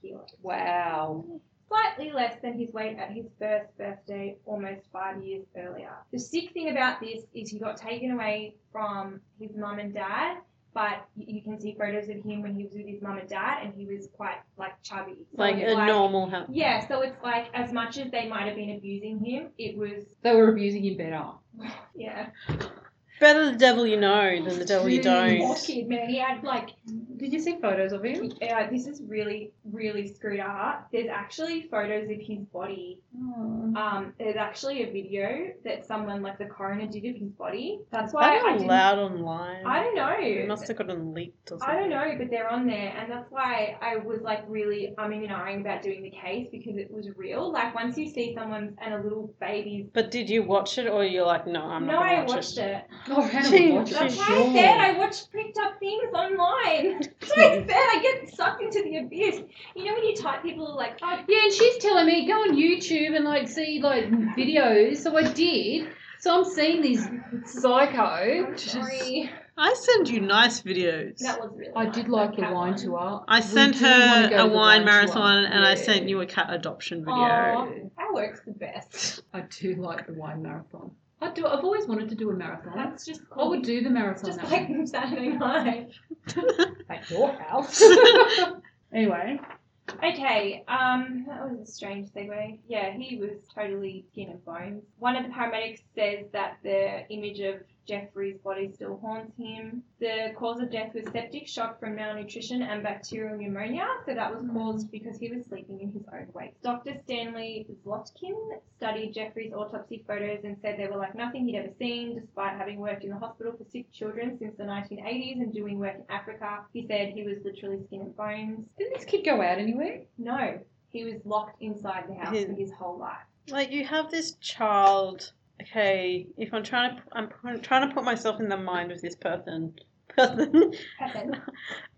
kilos.
Wow.
Slightly less than his weight at his first birthday almost five years earlier. The sick thing about this is he got taken away from his mum and dad, but y- you can see photos of him when he was with his mum and dad, and he was quite like chubby. So
like
it's
a normal house.
Yeah, so it's like as much as they might have been abusing him, it was
They were abusing him better.
yeah.
Better the devil you know than the devil you
Jeez.
Poor
don't.
kid, man. He had like
Did you see photos of him?
uh, this is really really screwed up. There's actually photos of his body.
Hmm.
Um, there's actually a video that someone like the coroner did of his body. That's why I
That
didn't.
allowed online.
I don't
It
know.
must have gotten leaked or something.
I don't know, but they're on there, and that's why I was like really umming and ahhing about doing the case because it was real. Like once you see someone's and a little baby's.
But did you watch it, or you're like, no, I'm
no,
not gonna
I
watch
watched it.
Oh, Hannah
Gee,
would watch it
That's
For
why
sure.
I said I watched picked up things online. [laughs] That's why I said I get sucked into the abyss. You know when you type people are like, oh,
Yeah, and she's telling me go on YouTube and like see like videos. So I did. So I'm seeing these psycho.
I'm sorry.
I send you nice videos.
That was really.
I
nice,
did like the
that
wine
one.
tour.
I
We
sent
do wanna
her
go to
a
the
wine
tour.
marathon, and I
Yeah.
sent you a cat adoption video.
Aw, that works the best.
I do like the wine marathon. I do. I've always wanted to do a marathon.
That's just
I
cool.
would do the marathon.
Uh-huh. just
that
like [laughs]
way.
Saturday night.
at your house. anyway,
Okay, um, that was a strange segue. Yeah, he was totally skin and bones. One of the paramedics says that the image of Jeffrey's body still haunts him. The cause of death was septic shock from malnutrition and bacterial pneumonia, so that was caused because he was sleeping in his own wake. Dr. Stanley Zlotkin studied Jeffrey's autopsy photos and said they were like nothing he'd ever seen, despite having worked in the hospital for sick children since the 1980s and doing work in Africa. He said he was literally skin and bones.
didn't this kid go out anywhere?
No, he was locked inside the house
His-
for his whole life.
Like you have this child. Okay, if I'm trying to, I'm, I'm trying to put myself in the mind of this person. [laughs] Person
Happened.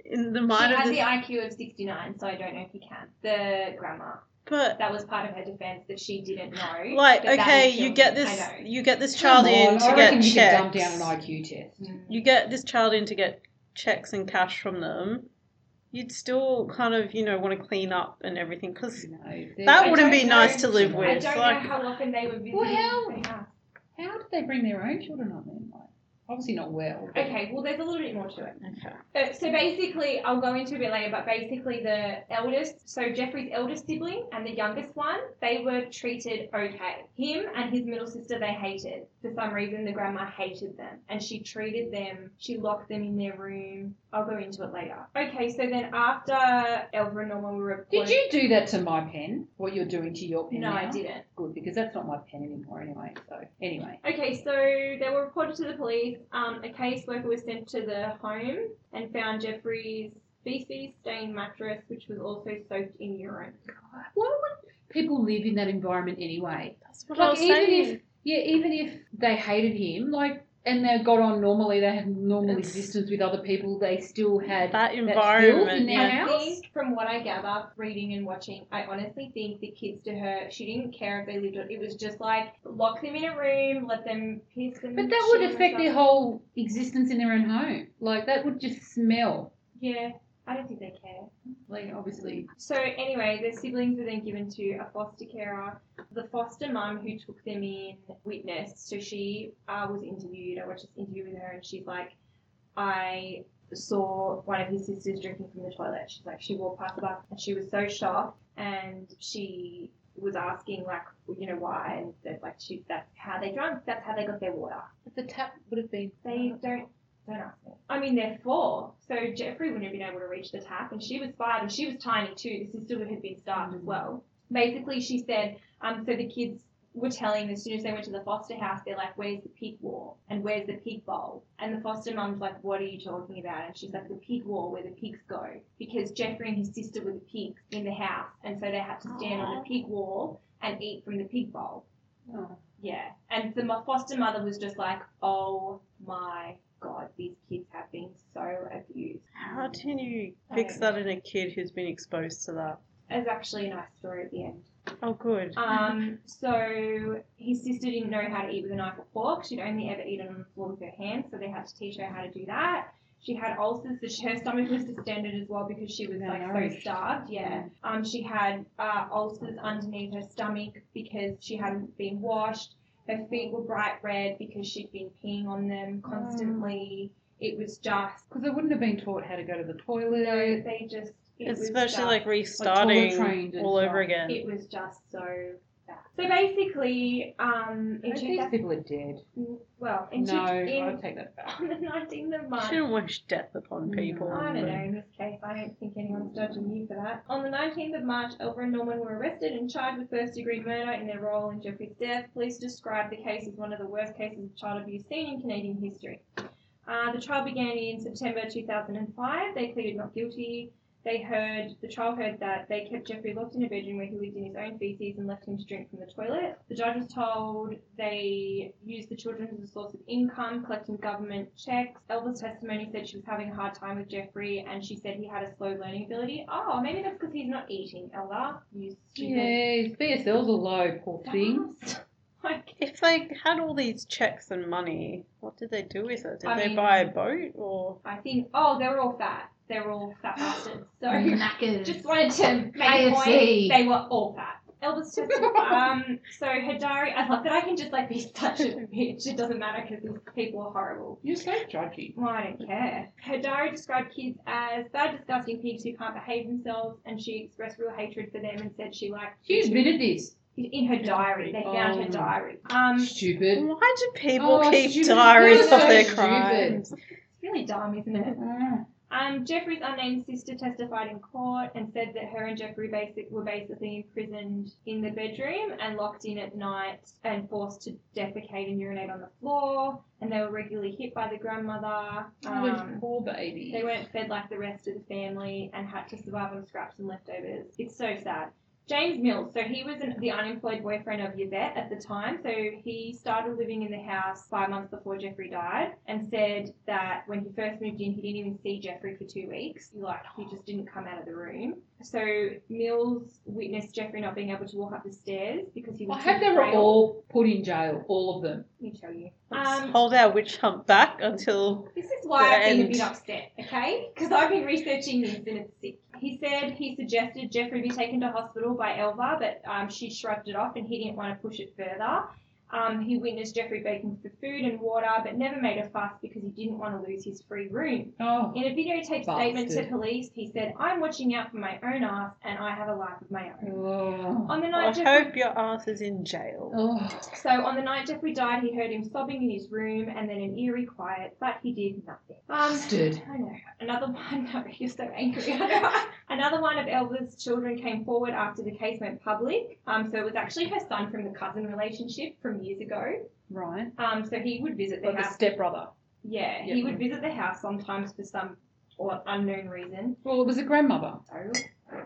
in the
She
mind of
has the
this,
IQ of 69, so I don't know if you can. The grandma.
but
That was part of her defense that she didn't know.
like
but that
okay,
would kill
you
me.
get this,
I know.
you get this child
Come
in
on,
to
I reckon
get
you could dumb
checks.
down an IQ test.
You get this child in to get checks and cash from them. You'd still kind of you know want to clean up and everything because
You know, they're-
that
I
wouldn't
don't
be
know.
nice to live
I
I
with.
don't
Like,
know how often they were visiting
Well, how-
the house.
How did they bring their own children up then? Like, obviously not well. but-
Okay, well, there's a little bit more to it.
okay.
Uh, so basically, I'll go into a bit later, but basically, the eldest, so Jeffrey's eldest sibling and the youngest one, they were treated okay. Him and his middle sister, they hated. For some reason, the grandma hated them and she treated them, she locked them in their room. I'll go into it later. Okay, so then after Elva and Norman were reported.
Did you do that to my pen? What you're doing to your pen?
No, I
now?
didn't.
Good, because that's not my pen anymore anyway. So, anyway.
Okay, so they were reported to the police. Um, a caseworker was sent to the home and found Jeffrey's feces stained mattress, which was also soaked in urine.
Why would people live in that environment anyway?
That's what I
Like,
was
even
saying.
if, yeah, even if they hated him, like, and they got on normally. They had normal
It's-
existence with other people. They still had
That
filth
environment.
in their
yeah.
I
house.
think from what I gather, reading and watching, I honestly think the kids to her, she didn't care if they lived on. It was just like lock them in a room, let them piss and.
But that would
shit
affect their
themselves.
whole existence in their own home. Like that would just smell.
Yeah, I don't think they care.
Like obviously,
So anyway, their siblings were then given to a foster carer. The foster mum who took them in witnessed. So she uh, was interviewed. I watched this interview with her, and she's like, I saw one of his sisters drinking from the toilet. She's like, she walked past the bus and she was so shocked, and she was asking like, you know, why, and they're like, she, that's how they drank. That's how they got their water.
but the tap would have been.
They don't. Don't ask me. I mean, they're four, so Jeffrey wouldn't have been able to reach the tap, and she was five, and she was tiny too. The sister would have been starved as well. Basically, she said, um, so the kids were telling as soon as they went to the foster house, they're like, where's the pig wall and where's the pig bowl? And the foster mum's like, what are you talking about? And she's like, the pig wall where the pigs go, because Jeffrey and his sister were the pigs in the house, and so they had to stand on the pig wall and eat from the pig bowl.
Oh.
Yeah, and the mo- foster mother was just like, "Oh my god, these kids have been so abused."
How can you
I
fix
don't
that in a kid who's been exposed to that?
It's actually a nice story at the end.
Oh, good. [laughs]
Um, so his sister didn't know how to eat with a knife or fork. She'd only ever eaten on the floor with her hands, so they had to teach her how to do that. She had ulcers, so she- her stomach was distended as well because she was like so
Malnourished.
starved. Yeah. Um, she had uh, ulcers underneath her stomach because she hadn't been washed. Her feet were bright red because she'd been peeing on them
Oh.
constantly. It was just
Because they wouldn't have been taught how to go to the
no,
toilet.
they just it was
Mm.
uh,
Especially
just-
like restarting
trained and
all over
stuff.
again.
it was just so bad. So basically, um, in
But These
2000
people are dead.
Well, in,
No,
two- in-
I'll take that back.
[laughs] on the 19th of March.
Shouldn't wish death upon
No.
people.
I don't
but-
know, in this case, I don't think anyone's judging you for that. On the 19th of March, Elva and Norman were arrested and charged with first degree murder in their role in Jeffrey's death. Police described the case as one of the worst cases of child abuse seen in Canadian history. Uh, the trial began in September 2005. They pleaded not guilty. They heard, the trial heard that they kept Jeffrey locked in a bedroom where he lived in his own feces and left him to drink from the toilet. The judge was told they used the children as a source of income, collecting government checks. Elva's testimony said she was having a hard time with Jeffrey and she said he had a slow learning ability. Oh, maybe that's because he's not eating, Elva. You stupid.
Yeah, his BSLs are low. Poor thing.
dumbass. [laughs] like,
If they had all these checks and money, what did they do with it? Did
I
they
mean-
buy a boat or?
I think, oh, they were all fat. They were all fat bastards.
[laughs]
So.
Knackers.
Just wanted to make a point.
KFC.
They were all fat. Elvis [laughs] Presley. um, so her diary. I love that I can just like be such a bitch. It doesn't matter because these people are horrible.
You're so judgy.
Well, I don't care. Her diary described kids as bad, disgusting pigs who can't behave themselves, and she expressed real hatred for them and said she liked.
She admitted this.
in her diary. They found her
Um,
diary. Um, it's
Stupid.
Why do people
Oh,
keep
stupid.
diaries
They're
of
so
their
stupid.
crimes?
really dumb, isn't it?
Ah.
Um, Jeffrey's unnamed sister testified in court and said that her and Jeffrey basic, were basically imprisoned in the bedroom and locked in at night and forced to defecate and urinate on the floor. And they were regularly hit by the grandmother.
Oh, those
Um,
poor baby.
they weren't fed like the rest of the family and had to survive on scraps and leftovers. It's so sad. James Mills, so he was an, the unemployed boyfriend of Yvette at the time. So he started living in the house five months before Jeffrey died and said that when he first moved in, he didn't even see Jeffrey for two weeks. Like, he just didn't come out of the room. So Mills witnessed Jeffrey not being able to walk up the stairs because he was.
I
too
hope they were
frail.
all put in jail, all of them.
Let me tell you.
Let's
Um,
hold our witch hunt back until
This is why I've been a
And-
bit upset, okay? Because I've been researching this and it's sick. He said he suggested Jeffrey be taken to hospital by Elva, but um, she shrugged it off and he didn't want to push it further. Um, he witnessed Jeffrey begging for food and water, but never made a fuss because he didn't want to lose his free room.
Oh.
In a videotape statement to
Bastard.
police, he said, I'm watching out for my own ass and I have a life of my own.
Oh.
On the
I
night Jeffrey
hope your ass is in jail.
Oh.
so on the night Jeffrey died, he heard him sobbing in his room and then an eerie quiet, but he did nothing. Um,
Bastard.
I know. Another [laughs] one. No, you're so angry. [laughs] Another one of Elva's children came forward after the case went public. Um, so it was actually her son from the cousin relationship from years ago.
Right.
Um, so he would visit the
Like a
house.
stepbrother.
yeah, he
Yeah.
would visit the house sometimes for some or unknown reason.
Well, it was a grandmother.
So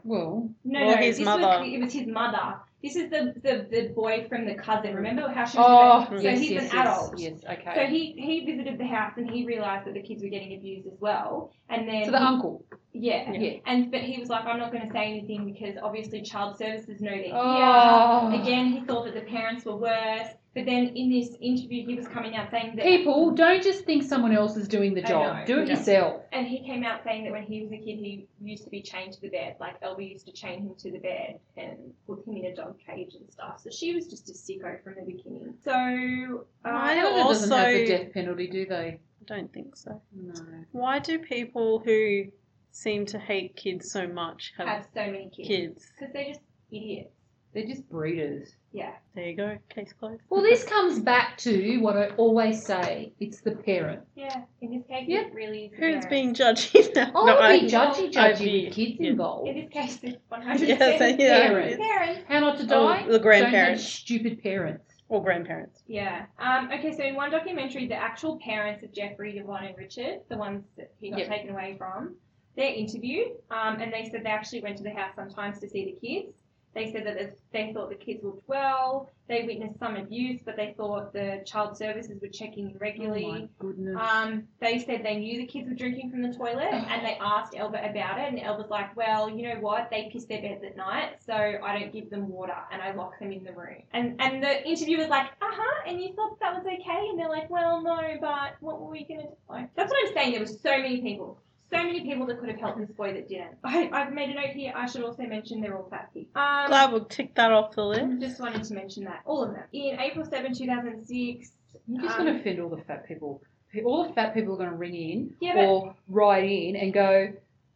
Well,
no,
Or
no,
his
this
mother.
Was, it was his mother This is the, the, the boy from the cousin. Remember how she was
Oh,
like,
yes,
so he's
yes,
an
yes,
adult.
Yes,
So
okay.
he, he visited the house and he realised that the kids were getting abused as well. And then
So the uncle.
yeah.
Yeah.
And but he was like, I'm not going to say anything because obviously child services know they're
Oh.
here. Again, he thought that the parents were worse. But then in this interview, he was coming out saying that
People don't just think someone else is doing the
I
job.
know.
Do it
Yeah.
yourself.
And he came out saying that when he was a kid, he used to be chained to the bed. Like Elby used to chain him to the bed and put him in a dog cage and stuff. So she was just a sicko from the beginning. So uh,
Why do
Canada doesn't have the
Also-
death penalty, do they?
I don't think so.
No.
Why do people who seem to hate kids so much have,
have so many kids
kids?
because they're just idiots.
They're just breeders.
Yeah.
There you go. Case closed.
Well, this comes back to what I always say it's the parent.
Yeah. In this case,
Yeah.
it really is. the
Who's
parents.
being judgy [laughs] now?
I
No,
would be
I-
judgy,
I'd
judgy
be-
with kids
yeah.
involved.
In this case,
[laughs]
it's 100%
[laughs] Yes, I- yeah.
parents.
it's-
parents.
How not to
Oh,
die?
the
Don't have
grandparents
stupid parents.
or grandparents.
Yeah. Um, okay, so in one documentary, the actual parents of Jeffrey, Devon, and Richard, the ones that he got
Yeah.
taken away from, they're interviewed, um, and they said they actually went to the house sometimes to see the kids. They said that the- they thought the kids looked well. They witnessed some abuse, but they thought the child services were checking in
Oh my
regularly.
goodness.
um, they said they knew the kids were drinking from the toilet, and they asked Elba about it, and Elba's like, "Well, you know what? They piss their beds at night, so I don't give them water, and I lock them in the room." And and the interviewer's like, "Uh huh," and you thought that was okay, and they're like, "Well, no, but what were we gonna do?" Like, that's what I'm saying. There were so many people. So many people that could have helped this boy that didn't. I, I've made a note here. I should also mention they're all fat people. Um,
Glad we'll tick that off the list.
just wanted to mention that all of them. In April 7, 2006.
You're just
um,
going to offend all the fat people. All the fat people are going to ring in
Yeah, but-
or write in and go,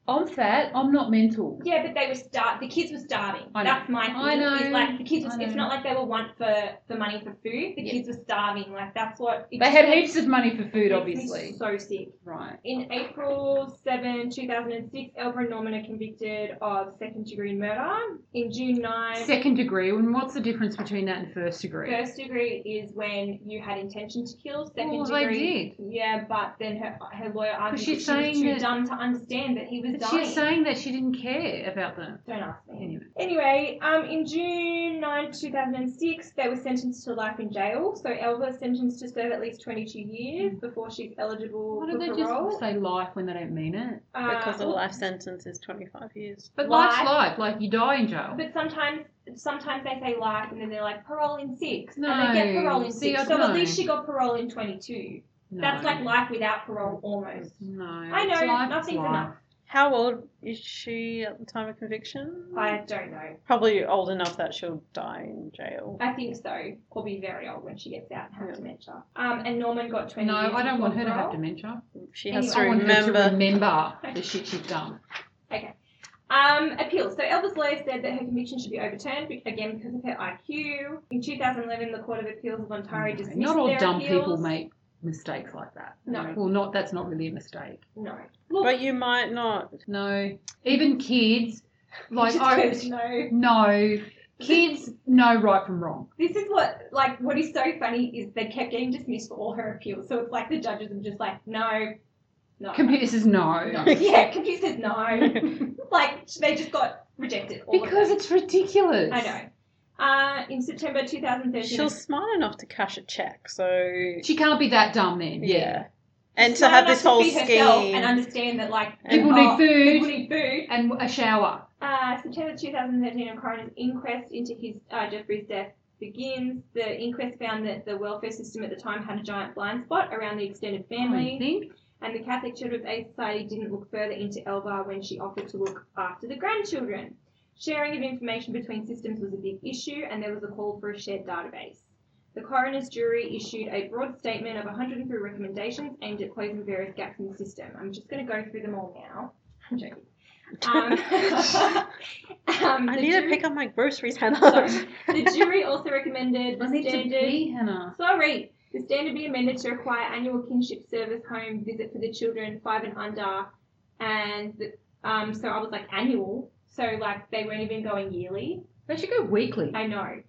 I'm fat, I'm not mental.
Yeah, but they were star. The kids were starving.
I know.
That's my thing.
I know.
It's like the kids.
I
Was,
know.
it's not like they were want for the money for food. The
Yeah.
kids were starving. Like that's what. it
They
just
had
makes-
heaps of money for
makes
food,
me
obviously.
So sick.
Right.
In April 7, 2006, Elba and Norman are convicted of second degree murder. In June 9,
Second degree, and what's the difference between that and first degree?
first degree is when you had intention to kill. Second
well,
degree.
they
Yeah, but then her her lawyer argued
But
that
she's
she was
saying
too
that-
dumb to understand that he was
did. But
dying.
she's saying that she didn't care about them.
Don't ask me.
Anyway.
Anyway, um, in June 9, 2006, they were sentenced to life in jail. So Elva is sentenced to serve at least 22 years before she's eligible
Hmm. Why
for
do they
parole.
just say life when they don't mean it?
Uh,
Because a life sentence is 25 years.
But
Life.
life's life. Like, you die in jail.
oh, But sometimes, sometimes they say life, and then they're like parole in six,
No,
and they get parole in
see,
six.
I
So
don't.
at least she got parole in 22.
no.
That's like life without parole almost.
No.
I know,
it's life, it's
nothing's
life.
enough.
How old is she at the time of conviction?
I don't know.
Probably old enough that she'll die in jail.
I think so. Or be very old when she gets out and have
Yeah.
dementia. Um, and Norman got 20
No,
years
I don't want
before
her to have
parole.
dementia.
She has
I
to
I want her to
remember.
remember the shit she's done.
Um, appeals. So Elba's lawyer said that her conviction should be overturned be- again because of her IQ. In 2011, the Court of Appeals of Ontario dismissed
Not all
their
dumb
appeals.
people make mistakes like that.
No.
Well, not that's not really a mistake.
No. Look,
But you might
[laughs]
not.
No. Even kids, like
just
I
goes, no.
[laughs] no kids know right from wrong.
This is what like what is so funny is they kept getting dismissed for all her appeals. So it's like the judges are just like no, no.
Computer says no.
no. [laughs] yeah, computer
[laughs]
says no. [laughs] like they just got rejected. All of
[laughs] Because
them.
it's ridiculous.
I know. Uh, in September 2013,
She's smart enough to cash a check, so
She can't be that dumb then.
yeah. And to
Smart
have
enough
this whole
to feed herself
scheme.
and understand that like oh,
And-
People need food.
People need food.
And a shower.
Uh, September 2013, a coroner's inquest into his uh, Jeffrey's death begins. The inquest found that the welfare system at the time had a giant blind spot around the extended
I
family,
think.
and the Catholic Children's Aid Society didn't look further into Elva when she offered to look after the grandchildren. Sharing of information between systems was a big issue, and there was a call for a shared database. The coroner's jury issued a broad statement of 103 recommendations aimed at closing various gaps in the system. I'm just going to go through them all now. I'm joking.
[laughs]
Um, [laughs] um,
I
the
need to
jury-
pick up my groceries, Hannah. [laughs]
[laughs] Sorry. The jury also recommended
I
the
need to
standard.
pee, Hannah.
Sorry, the standard be amended to require annual kinship service home visit for the children five and under, and the, um, so I was like annual, so like they weren't even going yearly.
They should go weekly.
I know.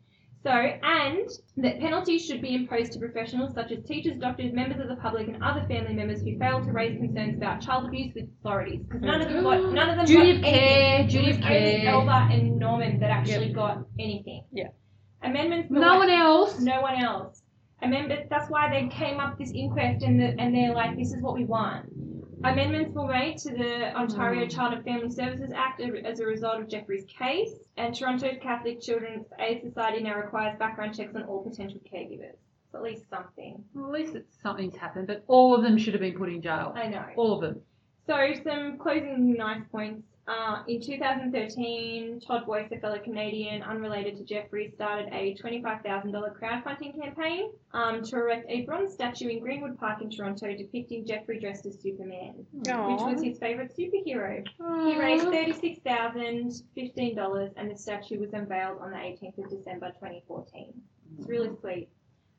So, and that penalties should be imposed to professionals such as teachers, doctors, members of the public, and other family members who fail to raise concerns about child abuse with authorities. Because none of them got none of them
Duty of
got anything.
Mm. care, duty
it
of
was only
care.
Elba and Norman that actually got anything.
Yeah.
Amendments. were
No
like-
one else.
No one else. Amendments. That's why they came up this inquest and the, and they're like, this is what we want. Amendments were made to the Ontario Child and Family Services Act a- as a result of Jeffrey's case, and Toronto's Catholic Children's Aid Society now requires background checks on all potential caregivers. So at least something.
Well, at least it's, something's happened, but all of them should have been put in jail.
I know.
All of them.
So some closing nice points. Uh, in 2013, Todd Boyce, a fellow Canadian unrelated to Jeffrey, started a $25,000 crowdfunding campaign um, to erect a bronze statue in Greenwood Park in Toronto depicting Jeffrey dressed as Superman, which
Aw.
was his favourite superhero.
Uh,
He raised $36,015 and the statue was unveiled on the 18th of December 2014. It's really sweet.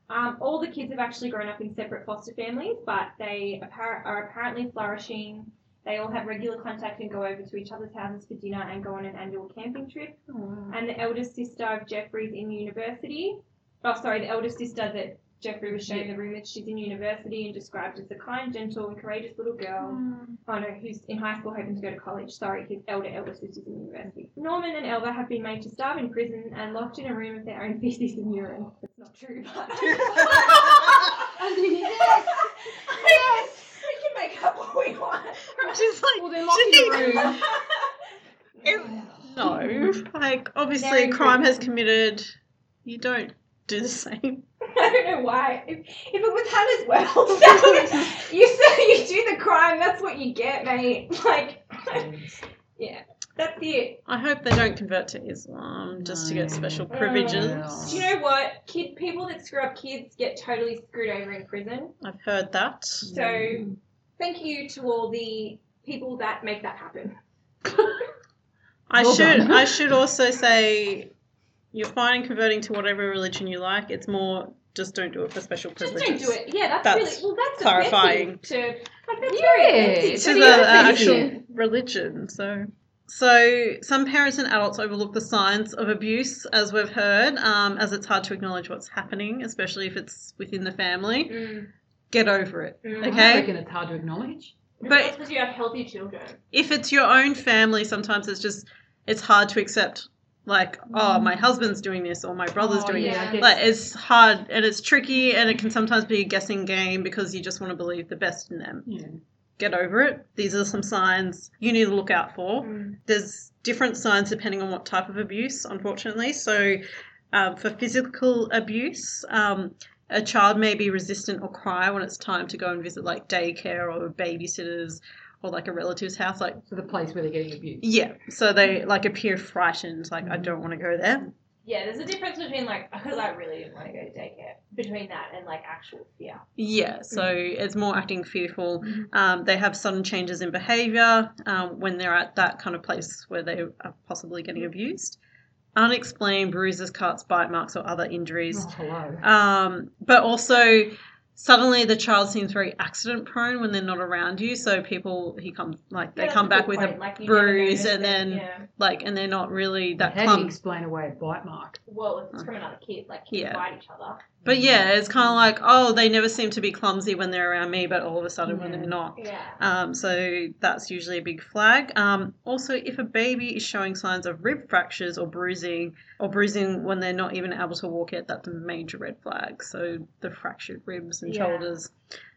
Um, all the kids have actually grown up in separate foster families, but they appar- are apparently flourishing. They all have regular contact and go over to each other's houses for dinner and go on an annual camping trip. And the eldest sister of Jeffrey's in university. Oh, sorry, the eldest sister that Jeffrey was showing the room with, she's in university and described as a kind, gentle, and courageous little girl. Oh no, who's in high school hoping to go to college. Sorry, his elder elder sister's in university. Norman and Elva have been made to starve in prison and locked in a room of their own feces and urine. That's not true, but [laughs] yes, yes, we can make up what we want.
I'm just like,
Well, they're locked in a room.
no. Like, obviously,
Very
a crime
good.
has committed. You don't do the same.
[laughs] I don't know why. If, if it was Hannah's world, [laughs] that would- you say you do the crime, that's what you get, mate. [laughs] Like, yeah, that's it.
I hope they don't convert to Islam just to get
No.
special privileges.
No.
Do you know what? Kid people that screw up kids get totally screwed over in prison.
I've heard that.
So thank you to all the people that make that happen.
I
Well
should
done.
I should also say you're fine in converting to whatever religion you like. It's more just don't do it for special
Just
privileges.
don't do it. Yeah, that's,
That's
really well. That's
clarifying.
offensive To like, that's
Yeah.
very
It's to
offensive.
But
the
the other
uh,
thing
actual religion. So, so some parents and adults overlook the signs of abuse, as we've heard, um, as it's hard to acknowledge what's happening, especially if it's within the family.
Mm,
Get over it.
mm.
Okay.
I reckon it's hard to acknowledge.
But
But-
because you have healthy children.
If it's your own family, sometimes it's just it's hard to accept. Like, oh, my husband's doing this, or my brother's
Oh,
doing
yeah,
it.
I guess.
Like it's hard and it's tricky and it can sometimes be a guessing game because you just want to believe the best in them.
yeah.
Get over it. These are some signs you need to look out for.
Mm.
There's different signs depending on what type of abuse, unfortunately. So, um, for physical abuse, um, a child may be resistant or cry when it's time to go and visit like daycare or babysitters or like a relative's house. Like,
So the place where they're getting abused.
yeah, so they like appear frightened, like, I don't want to go there.
Yeah, there's a difference between like [laughs] because I really didn't want to go to daycare between that and like actual fear.
Yeah, so it's more acting fearful. Um, they have sudden changes in behaviour um, when they're at that kind of place where they are possibly getting abused. Unexplained bruises, cuts, bite marks, or other injuries.
Oh, hello.
Um, but also, suddenly the child seems very accident prone when they're not around you. So people, he comes like they
Yeah,
come
that's
back with
good point.
a
Like, you never
bruise,
noticed
and
it,
then
yeah.
like, and they're not really that
How do you
clump.
explain away a bite mark?
well, if it's from another kid, like kids
Yeah.
bite each other.
But yeah, it's kind of like, oh, they never seem to be clumsy when they're around me, but all of a sudden when
Yeah.
they're not.
Yeah.
[laughs]
[laughs]
Um, so that's usually a big flag. Um, also, if a baby is showing signs of rib fractures or bruising, or bruising when they're not even able to walk yet, that's a major red flag. So the fractured ribs and
Yeah.
shoulders.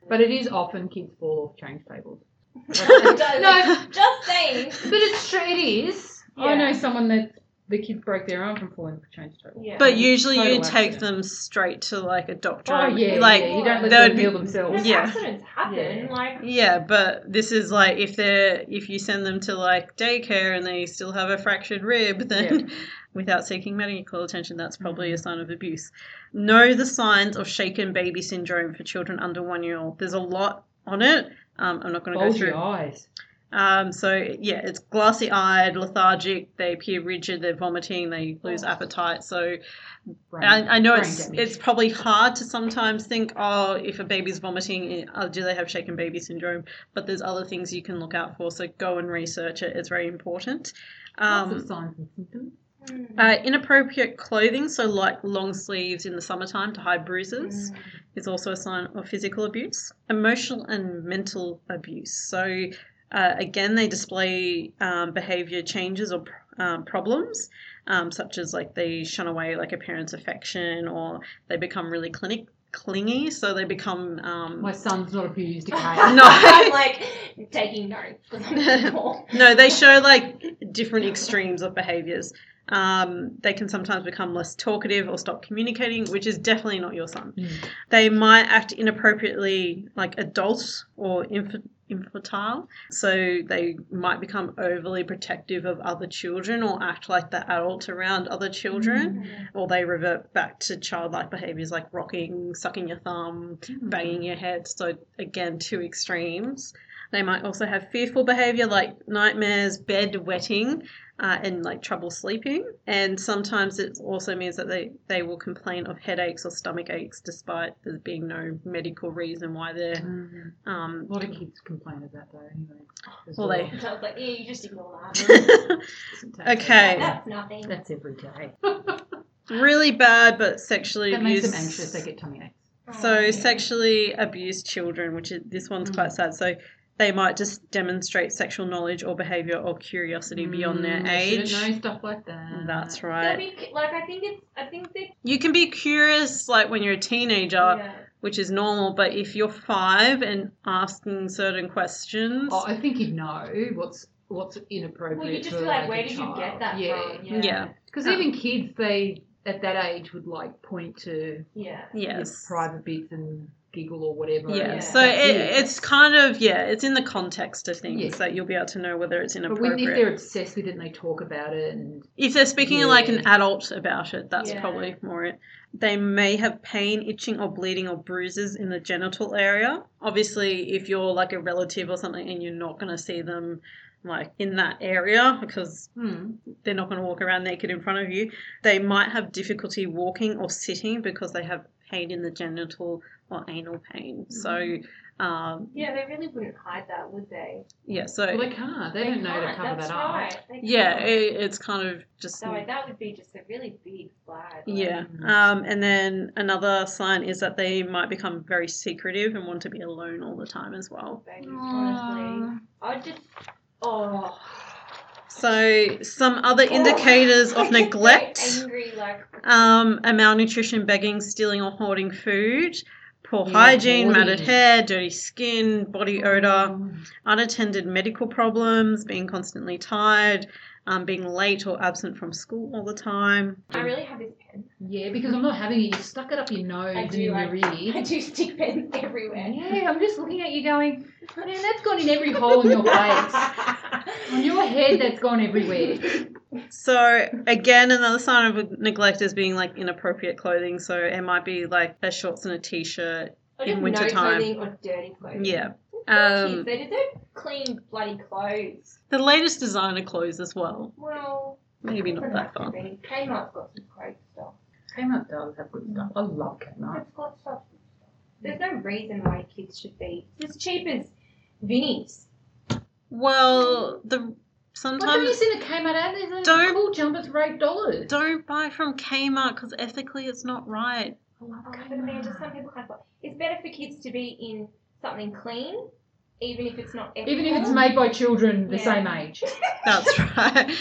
But it is often kids fall off change tables.
no,
[laughs]
just saying.
But it's true. It is.
I know
Yeah.
someone that the kids broke their arm from falling off a change table.
Yeah.
But usually
Total
you take
accident.
them straight to like a doctor.
Um, Oh yeah,
like
yeah, you don't let
that would
them
be-
heal themselves.
Because
Yeah.
accidents happen.
Yeah.
Like
Yeah, but this is like if they're if you send them to like daycare and they still have a fractured rib, [laughs] then without seeking medical attention, that's probably
Mm-hmm.
a sign of abuse. Know the signs of shaken baby syndrome for children under one year old. There's a lot on it. Um, I'm not going to go
Bulgy
through.
eyes.
Um, so yeah, it's glassy eyed, lethargic. They appear rigid. They're vomiting. They lose
Oh.
appetite. So
Brain,
I, I know
brain
it's
damage.
it's probably hard to sometimes think, oh, if a baby's vomiting, uh, do they have shaken baby syndrome? But there's other things you can look out for, so go and research it. It's very important.
Lots of
Um,
signs and symptoms.
Mm.
Uh, inappropriate clothing, so like long sleeves in the summertime to hide bruises, is also a sign of physical abuse. Emotional and mental abuse. So, uh, again, they display um, behavior changes or um, problems, um, such as like they shun away like a parent's affection or they become really clinic- clingy, so they become. Um,
My son's not abused, [laughs]
[laughs]
okay?
[laughs] No.
[laughs] I'm like taking notes because
[laughs]
I'm [laughs] poor.
No, they show like different extremes of behaviors. Um, they can sometimes become less talkative or stop communicating, which is definitely not your son.
Mm.
They might act inappropriately, like adult or inf- infantile. So they might become overly protective of other children or act like the adult around other children, or they revert back to childlike behaviors like rocking, sucking your thumb,
Hmm.
banging your head. So, again, two extremes. They might also have fearful behavior like nightmares, bed wetting, uh, and like trouble sleeping. And sometimes it also means that they, they will complain of headaches or stomach aches despite there being no medical reason why they're.
Mm.
Um,
A lot of kids complain about that anyway. as
Well, they-
So I was like, yeah, you just ignore that.
[laughs] okay.
That's nothing.
That's every day.
Really bad, but sexually
That makes
abused.
them anxious. They get tummy aches.
So
Oh, yeah.
sexually abused children, which is this one's
Mm.
quite sad. So they might just demonstrate sexual knowledge or behavior or curiosity beyond their
Mm, they
age.
Shouldn't know stuff like that.
That's
They'll
right.
be cu- like I think it's I think that
You can be curious like when you're a teenager,
yeah.
which is normal, but if you're five and asking certain questions,
Oh, I think he'd know what's what's inappropriate.
Well, you just
for,
be like,
a
where did you
child.
get that
yeah.
from?
yeah.
Because even kids, they at that age would like point to
Yeah.
your
yes.
private bits and giggle or whatever.
Yeah,
Yeah.
and
so
that's
it, it's kind of yeah, it's in the context of things
Yeah.
that you'll be able to know whether it's
But
inappropriate.
when, if they're obsessed with it and they talk about it, and
If they're speaking
Yeah.
like an adult about it, that's
Yeah.
probably more it. They may have pain, itching, or bleeding, or bruises in the genital area. Obviously, if you're like a relative or something and you're not going to see them like in that area because
hmm,
they're not going to walk around naked in front of you, they might have difficulty walking or sitting because they have pain in the genital or anal pain.
Mm-hmm.
So, um,
Yeah, they really wouldn't hide that, would they?
yeah, so
well, they can't. They, don't know to
can't,
cover
that's
that up.
right. They
yeah,
can't.
it, it's kind of just
So like, that would be just a really big flag. like,
Yeah.
Mm.
Um, and then another sign is that they might become very secretive and want to be alone all the time as well.
babies, honestly. I'd just oh
So, some other indicators
I
of
[laughs] get
[laughs]
so
neglect
angry, like
um, are malnutrition, begging, stealing, or hoarding food, poor
Yeah,
hygiene, matted
hoarding.
hair, dirty skin, body odor,
Mm.
unattended medical problems, being constantly tired, um, being late or absent from school all the time.
I really have this pen. [laughs]
Yeah, because I'm not having it. You stuck it up your nose
I
and
do,
in
I-
your ear.
I do stick pens everywhere.
Yeah, I'm just looking at you going, man, that's gone in every hole in
[laughs]
your face. On your head, that's gone everywhere.
So again, another sign of neglect is being like inappropriate clothing. So it might be like a shorts and a t-shirt.
Or just
in winter
no
time.
clothing or dirty clothing.
Yeah.
Kids,
Um,
they just don't clean bloody clothes.
the latest designer clothes as well.
Well,
Maybe not that far.
Kmart's got some great stuff.
Kmart does have oh, good stuff. I love Kmart.
It's got stuff. There's no reason why kids should be as cheap as Vinnie's.
Well, the
Like, have you
sometimes
seen a Kmart ad? There's a
Don't-
cool jumpers for eight dollars.
don't buy from Kmart because ethically it's not right.
I love
Oh, but Amanda, some people can't. afford- It's better for kids to be in something clean, even if it's not.
Even if it's
ethical.
made by children the
Yeah.
same age. [laughs]
That's [laughs] right.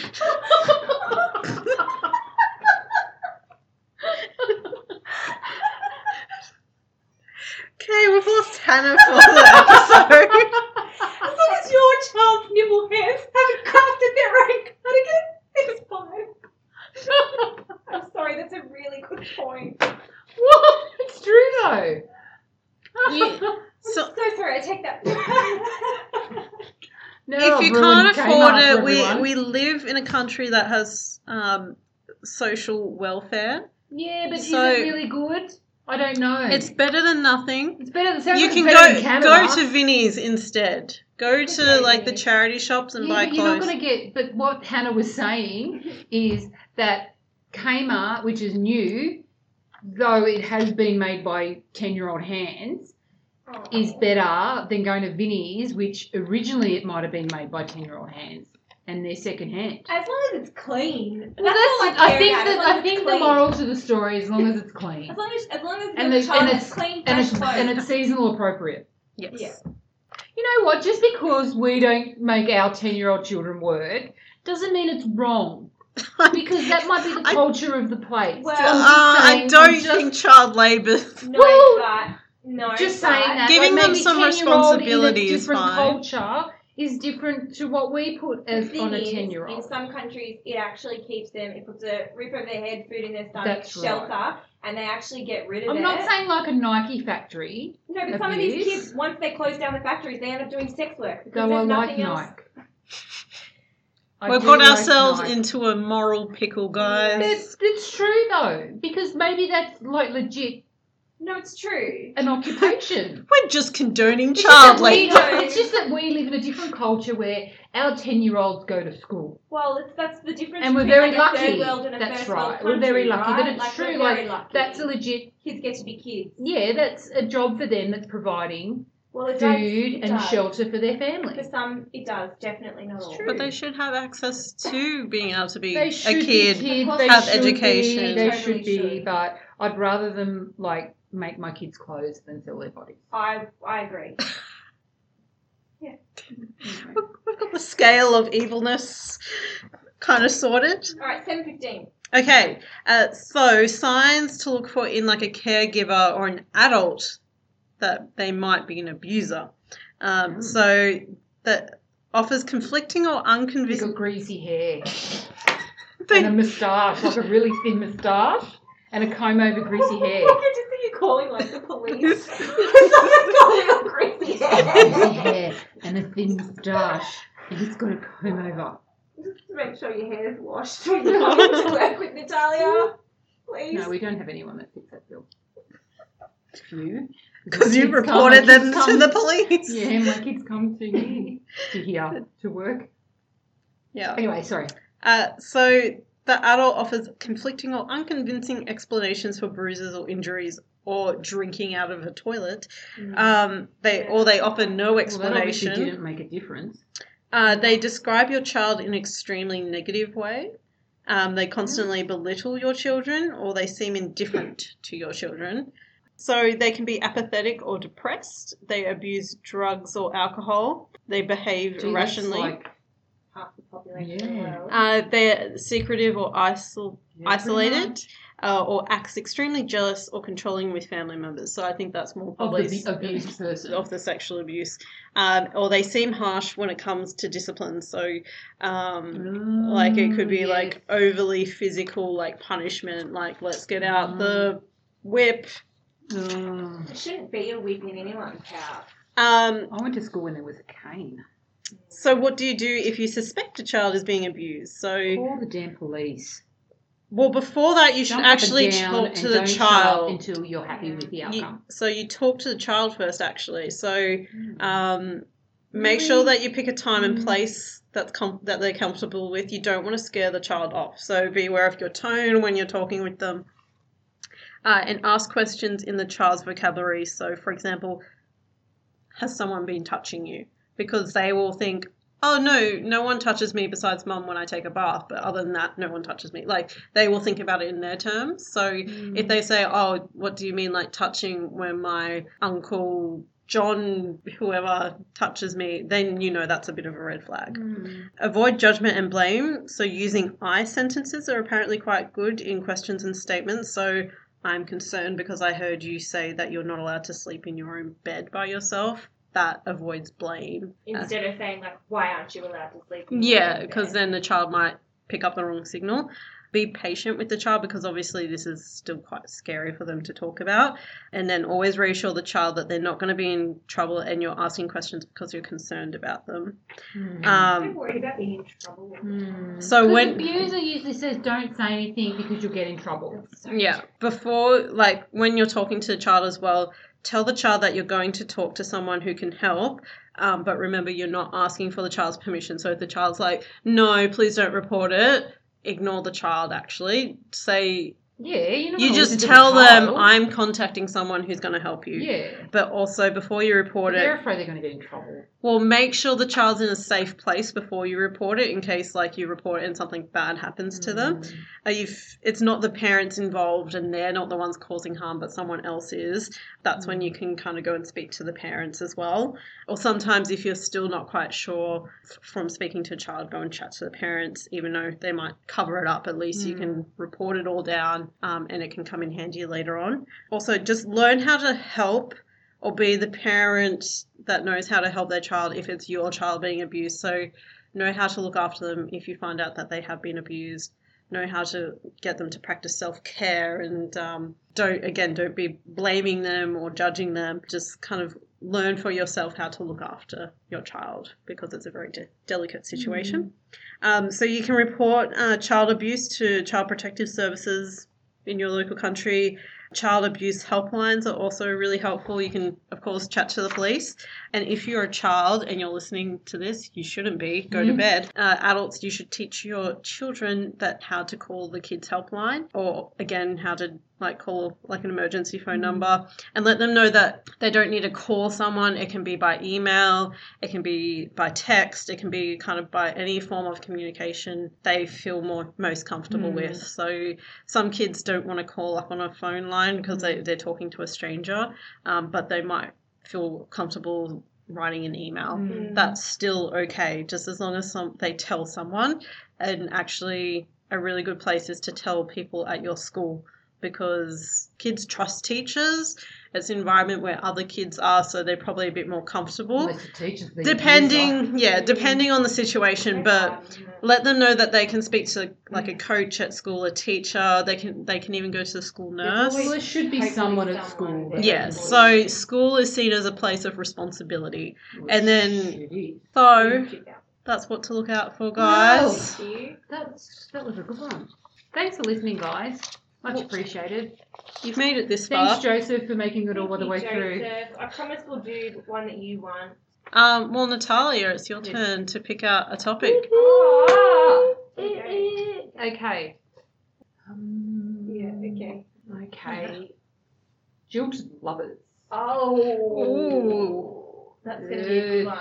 Okay, we've lost Hannah for the episode.
As long as your child's nibble hands haven't crafted their own cardigan, it's fine. [laughs] I'm sorry, that's a really good
[laughs]
point.
what? It's true though.
You- So
[laughs] So sorry, I take that. back.
Now
if
I've
you
Oh, ruined
can't afford
Kmart for
it, we,
everyone.
we live in a country that has um, social welfare.
yeah, but
So-
is it really good? I don't know.
It's better than nothing.
it's better. It sounds
You
like
can
it's better than
go go
Kmart.
to Vinnie's instead. Go to
Okay,
like the
Vinnie's.
charity shops and
Yeah,
buy
but
clothes.
you're not going to get. But what Hannah was saying is that Kmart, which is new, though it has been made by ten-year-old hands, is better than going to Vinnie's, which originally it might have been made by ten-year-old hands. and they're secondhand.
As long as it's clean.
Well, that's,
all
I
care
think
about, as
that
long as
I
it's
think the
clean.
moral to the story, as long as it's clean
As long as, as long as
And
the
it's-
child
and
has
it's-
clean,
and
fresh
it's
clothes.
and it's seasonal appropriate.
Yes.
Yeah.
You know what? Just because we don't make our ten-year-old children work doesn't mean it's wrong.
[laughs]
Because that might be the
I-
culture of the place.
Well,
Uh,
I'm just
I
saying-
don't
I'm just-
think child labour.
[laughs]
no,
Woo!
but no.
just
but,
saying that
Giving
like
them
maybe
some
10-year-old in a
responsibility is
different
fine.
culture is different to what we put
The
as
thing
on a
is,
ten year
In
old.
some countries, it actually keeps them. It puts a roof over their head, food in their stomach,
That's right.
shelter, and they actually get rid of it.
I'm not saying like a Nike factory.
No, but
of
some of these
use.
kids, once they close down the factories, they end up doing sex work because
Though I
there's
like
nothing
Nike.
else.
[laughs]
I
We've
do
got
like
ourselves
Nike.
into a moral pickle,
But
guys.
it's true though, because maybe that's like legit
No, it's true. [laughs]
an occupation.
[laughs] We're just condoning
It's just
child
that we
labour.
don't- It's just that we live in a different culture where our 10 year olds go to school.
Well, it's, that's the difference.
And we're
between,
very
like, a
lucky.
Third world and a
That's
first world
right. We're
country,
very lucky.
right?
But it's
Like,
true.
We're
Like,
very lucky.
that's a legit,
kids get to be kids.
yeah, that's a job for them that's providing
Well, it does.
food
it
and
does.
shelter for their
For
families.
some, it does definitely not
It's
all.
true.
But they should have access to being able to be
They
a
should
kid.
be kids,
Of
they
course.
Have
should be-
education.
they
Totally
should be,
should.
but I'd rather them, like, make my kids' clothes than sell their bodies.
I I agree.
Anyway.
Mm-hmm.
We've we've got [laughs] the scale of evilness kind of sorted.
All right, seven
[laughs]
fifteen.
Okay, uh, so signs to look for in like a caregiver or an adult that they might be an abuser. Um,
Mm.
So that offers conflicting or
He's
unconvincing.
got greasy hair
They- [laughs]
and a moustache, like a really thin moustache, and a comb over greasy hair.
I just think you're calling like the police.
[laughs]
Someone's calling on crazy
greasy
hair.
hair and a thin moustache, and he's got a comb over.
Just [laughs] make sure your hair's washed when you come
[laughs]
to work with Natalia. Please.
No, we don't have anyone that fits that bill. You?
Because
My
you've
kids come,
reported
my kids
them to
come-
the police.
Yeah, my kids come to me to here to work.
Yeah.
Anyway, sorry.
Uh, so the adult offers conflicting or unconvincing explanations for bruises or injuries or drinking out of a toilet. Um, they or they offer no
Mm. Well, that obviously
explanation.
didn't make a difference.
Uh, they describe your child in an extremely negative way. Um, they constantly belittle your children or they seem indifferent to your children. So they can be apathetic or depressed. They abuse drugs or alcohol. They behave
Gee, that's
irrationally.
like-
half the population of
Yeah.
the world.
uh, they're secretive or isol-
yeah, pretty
isolated
much.
uh, or acts extremely jealous or controlling with family members. So I think that's more
Of
probably
the abused person.
of the sexual abuse. Um, or they seem harsh when it comes to discipline. So um, like it could be
Mm,
like
yes.
overly physical like punishment like let's get out the whip
Mm.
It shouldn't be a wig in anyone's house.
Uh.
um
I went to school when there was a cane.
so what do you do if you suspect a child is being abused so
Call the damn police.
well before that you should
Don't put
actually
down
talk
and
to the
don't shut up
child
until you're happy with the
You-
outcome.
so you talk to the child first actually so
Mm.
um make
Really?
sure that you pick a time and
Mm.
place that's com- that they're comfortable with you don't want to scare the child off so be aware of your tone when you're talking with them uh, and ask questions in the child's vocabulary so for example has someone been touching you because they will think oh no no one touches me besides mum when i take a bath but other than that no one touches me like they will think about it in their terms so if they say, "Oh, what do you mean like touching when my uncle John whoever touches me?" then you know that's a bit of a red flag. Avoid judgment and blame. So using I sentences are apparently quite good in questions and statements. So I'm concerned because I heard you say that you're not allowed to sleep in your own bed by yourself. That avoids blame. Uh,
Instead of saying like, why aren't you allowed to sleep? in your
yeah,
own
because
bed?
then the child might pick up the wrong signal. Be patient with the child because obviously this is still quite scary for them to talk about. And then always reassure the child that they're not going to be in trouble and you're asking questions because you're concerned about them.
I'm
Um,
worried about being in trouble.
Hmm.
so
when
when.
abuser usually says, "Don't say anything because you'll get in trouble."
Yeah, before, like when you're talking to the child as well, tell the child that you're going to talk to someone who can help. Um, but remember, you're not asking for the child's permission. So if the child's like, no, please don't report it, ignore the child actually. Say,
Yeah, you know.
You
what
just
to do
tell
with
them
Kyle.
I'm contacting someone who's going to help you.
Yeah.
But also before you report it,
They're afraid they're going to get in trouble.
well, make sure the child's in a safe place before you report it in case like you report it and something bad happens to them.
Mm.
Are you f- it's not the parents involved and they're not the ones causing harm, but someone else is. That's when you can kind of go and speak to the parents as well. Or sometimes, if you're still not quite sure f- from speaking to a child, go and chat to the parents, even though they might cover it up. At least you can report it all down um, and it can come in handy later on. Also, just learn how to help or be the parent that knows how to help their child if it's your child being abused. So, know how to look after them if you find out that they have been abused know how to get them to practice self care and um, don't again don't be blaming them or judging them. Just kind of learn for yourself how to look after your child because it's a very de- delicate situation. Um, so you can report uh, child abuse to Child Protective Services in your local country. Child abuse helplines are also really helpful. You can, of course, chat to the police. And if you're a child and you're listening to this, you shouldn't be. Go to bed. Uh, adults, you should teach your children that how to call the kids helpline, or again, how to like call like an emergency phone number, and let them know that they don't need to call someone. It can be by email, it can be by text, it can be kind of by any form of communication they feel more most comfortable with. So some kids don't want to call up on a phone line because they, they're talking to a stranger, um, but they might feel comfortable writing an email.
Mm.
That's still okay, just as long as some, they tell someone. And actually, a really good place is to tell people at your school because kids trust teachers. It's an environment where other kids are, so they're probably a bit more comfortable.
Unless the teachers being abuser.
Depending, yeah, depending on the situation, but let them know that they can speak to like a coach at school, a teacher. They can they can even go to the school nurse.
Well, there should be
Hopefully
someone at
someone
school.
there.
that-
Yeah, so school is seen as a place of responsibility.
Which
and then-
it is.
So that's what to look out for, guys.
That's, that was a good one. Thanks for listening, guys. Much appreciated.
You've made it this far.
Thanks, Joseph, for making it all the way through.
I promise we'll do one that you want.
Um, well, Natalia, it's your
Yes.
turn to pick out a topic.
Eh, Okay. Um,
Yeah, okay.
Okay. Jill's lovers.
Oh.
Ooh.
That's going to be a good one.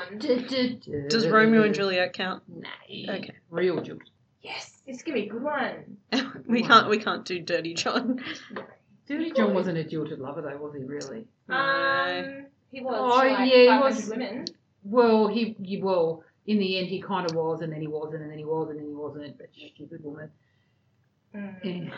one.
Does Romeo and Juliet count? [laughs]
Nah.
Okay.
Real Jill.
Yes, this is going to be a good one.
we
Wow.
can't. We can't do Dirty John.
Dirty John wasn't a jilted lover, though, was he really?
Um, he was.
Oh,
like
yeah, he
500
was-
Women.
Well, he, he well, in the end, he kind of was, and then he wasn't, and then he was, and then he wasn't. But stupid woman.
Mm.
Anyway,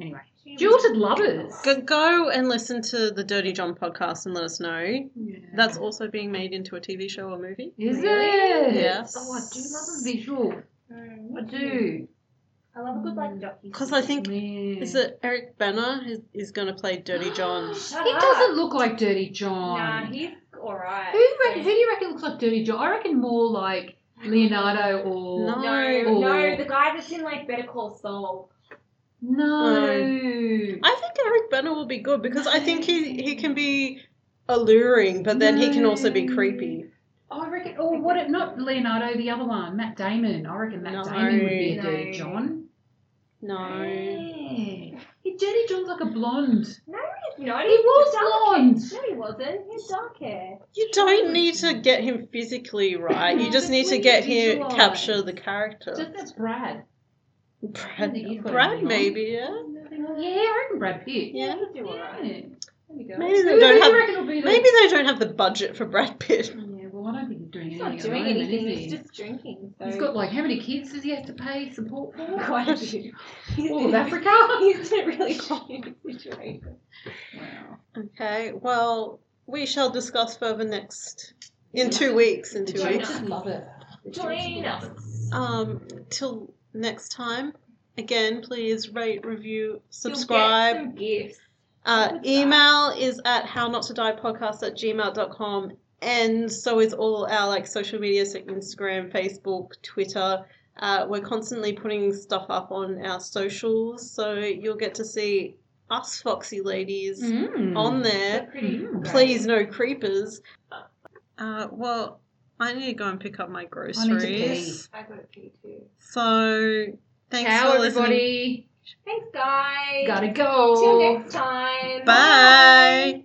anyway.
She Mm. was-
jilted lovers.
Go, go and listen to the Dirty John podcast and let us know.
Yeah.
That's also being made into a TV show or movie.
Is
Really?
it?
Yes.
Oh, I do love a visual.
Mm,
I do.
I love a good like docu.
Because I think
Man.
is it Eric Banner is, is going to play
[gasps]
Dirty John.
Shut
He
up.
doesn't look like Dirty
Nah,
John.
he's alright.
who, re- who do you reckon looks like Dirty John? I reckon more like Leonardo or
No.
No,
Or-
no, the guy that's in like Better Call Saul.
no.
I think Eric Banner will be good because I think he he can be alluring, but then he can also be creepy.
I reckon. Oh, what? It, not Leonardo. The other one, Matt Damon. I reckon Matt
No.
Damon would be a
No.
Dirty John.
No.
Yeah. He Dirty John's like a blonde.
No,
He was blonde.
No, he wasn't. He had dark hair.
You don't need to get him physically right. You just need to get him
Visualize.
capture the
Just
character.
that's Brad.
Brad,
think he's got
Brad
anything on.
maybe, yeah.
Nothing
Yeah,
on
I reckon Brad Pitt.
Yeah.
He'd do
Yeah.
alright. There we go.
Maybe
Who
they
do
don't
you
have
reckon will be the-
maybe they don't have the budget for Brad Pitt.
Yeah, well, I don't think he's doing
He's
anything.
not
at the
doing
moment, is
anything.
he?
He's just drinking. So.
He's got like how many kids does he have to pay support for?
[laughs] quite a few. He's
All of
in-
Africa.
[laughs] He's in a really shitty situation.
Wow.
Okay, well, we shall discuss further next in two weeks. In two
Join
weeks.
us.
love it.
[laughs] Join us.
Um, till next time. Again, please rate, review,
You'll get
subscribe.
some gifts.
Uh,
What's
email is at hownottodiepodcast at gmail.com. And so is all our like social media, so Instagram, Facebook, Twitter. Uh, we're constantly putting stuff up on our socials, so you'll get to see us foxy ladies on
They're
there.
pretty
Mm.
great.
Please, no creepers. Uh, well, I need to go and pick up my
I need to
groceries.
I got a pee too.
So, thanks
Ciao,
for listening.
everybody.
Thanks, guys.
Gotta go.
Till next time.
Bye.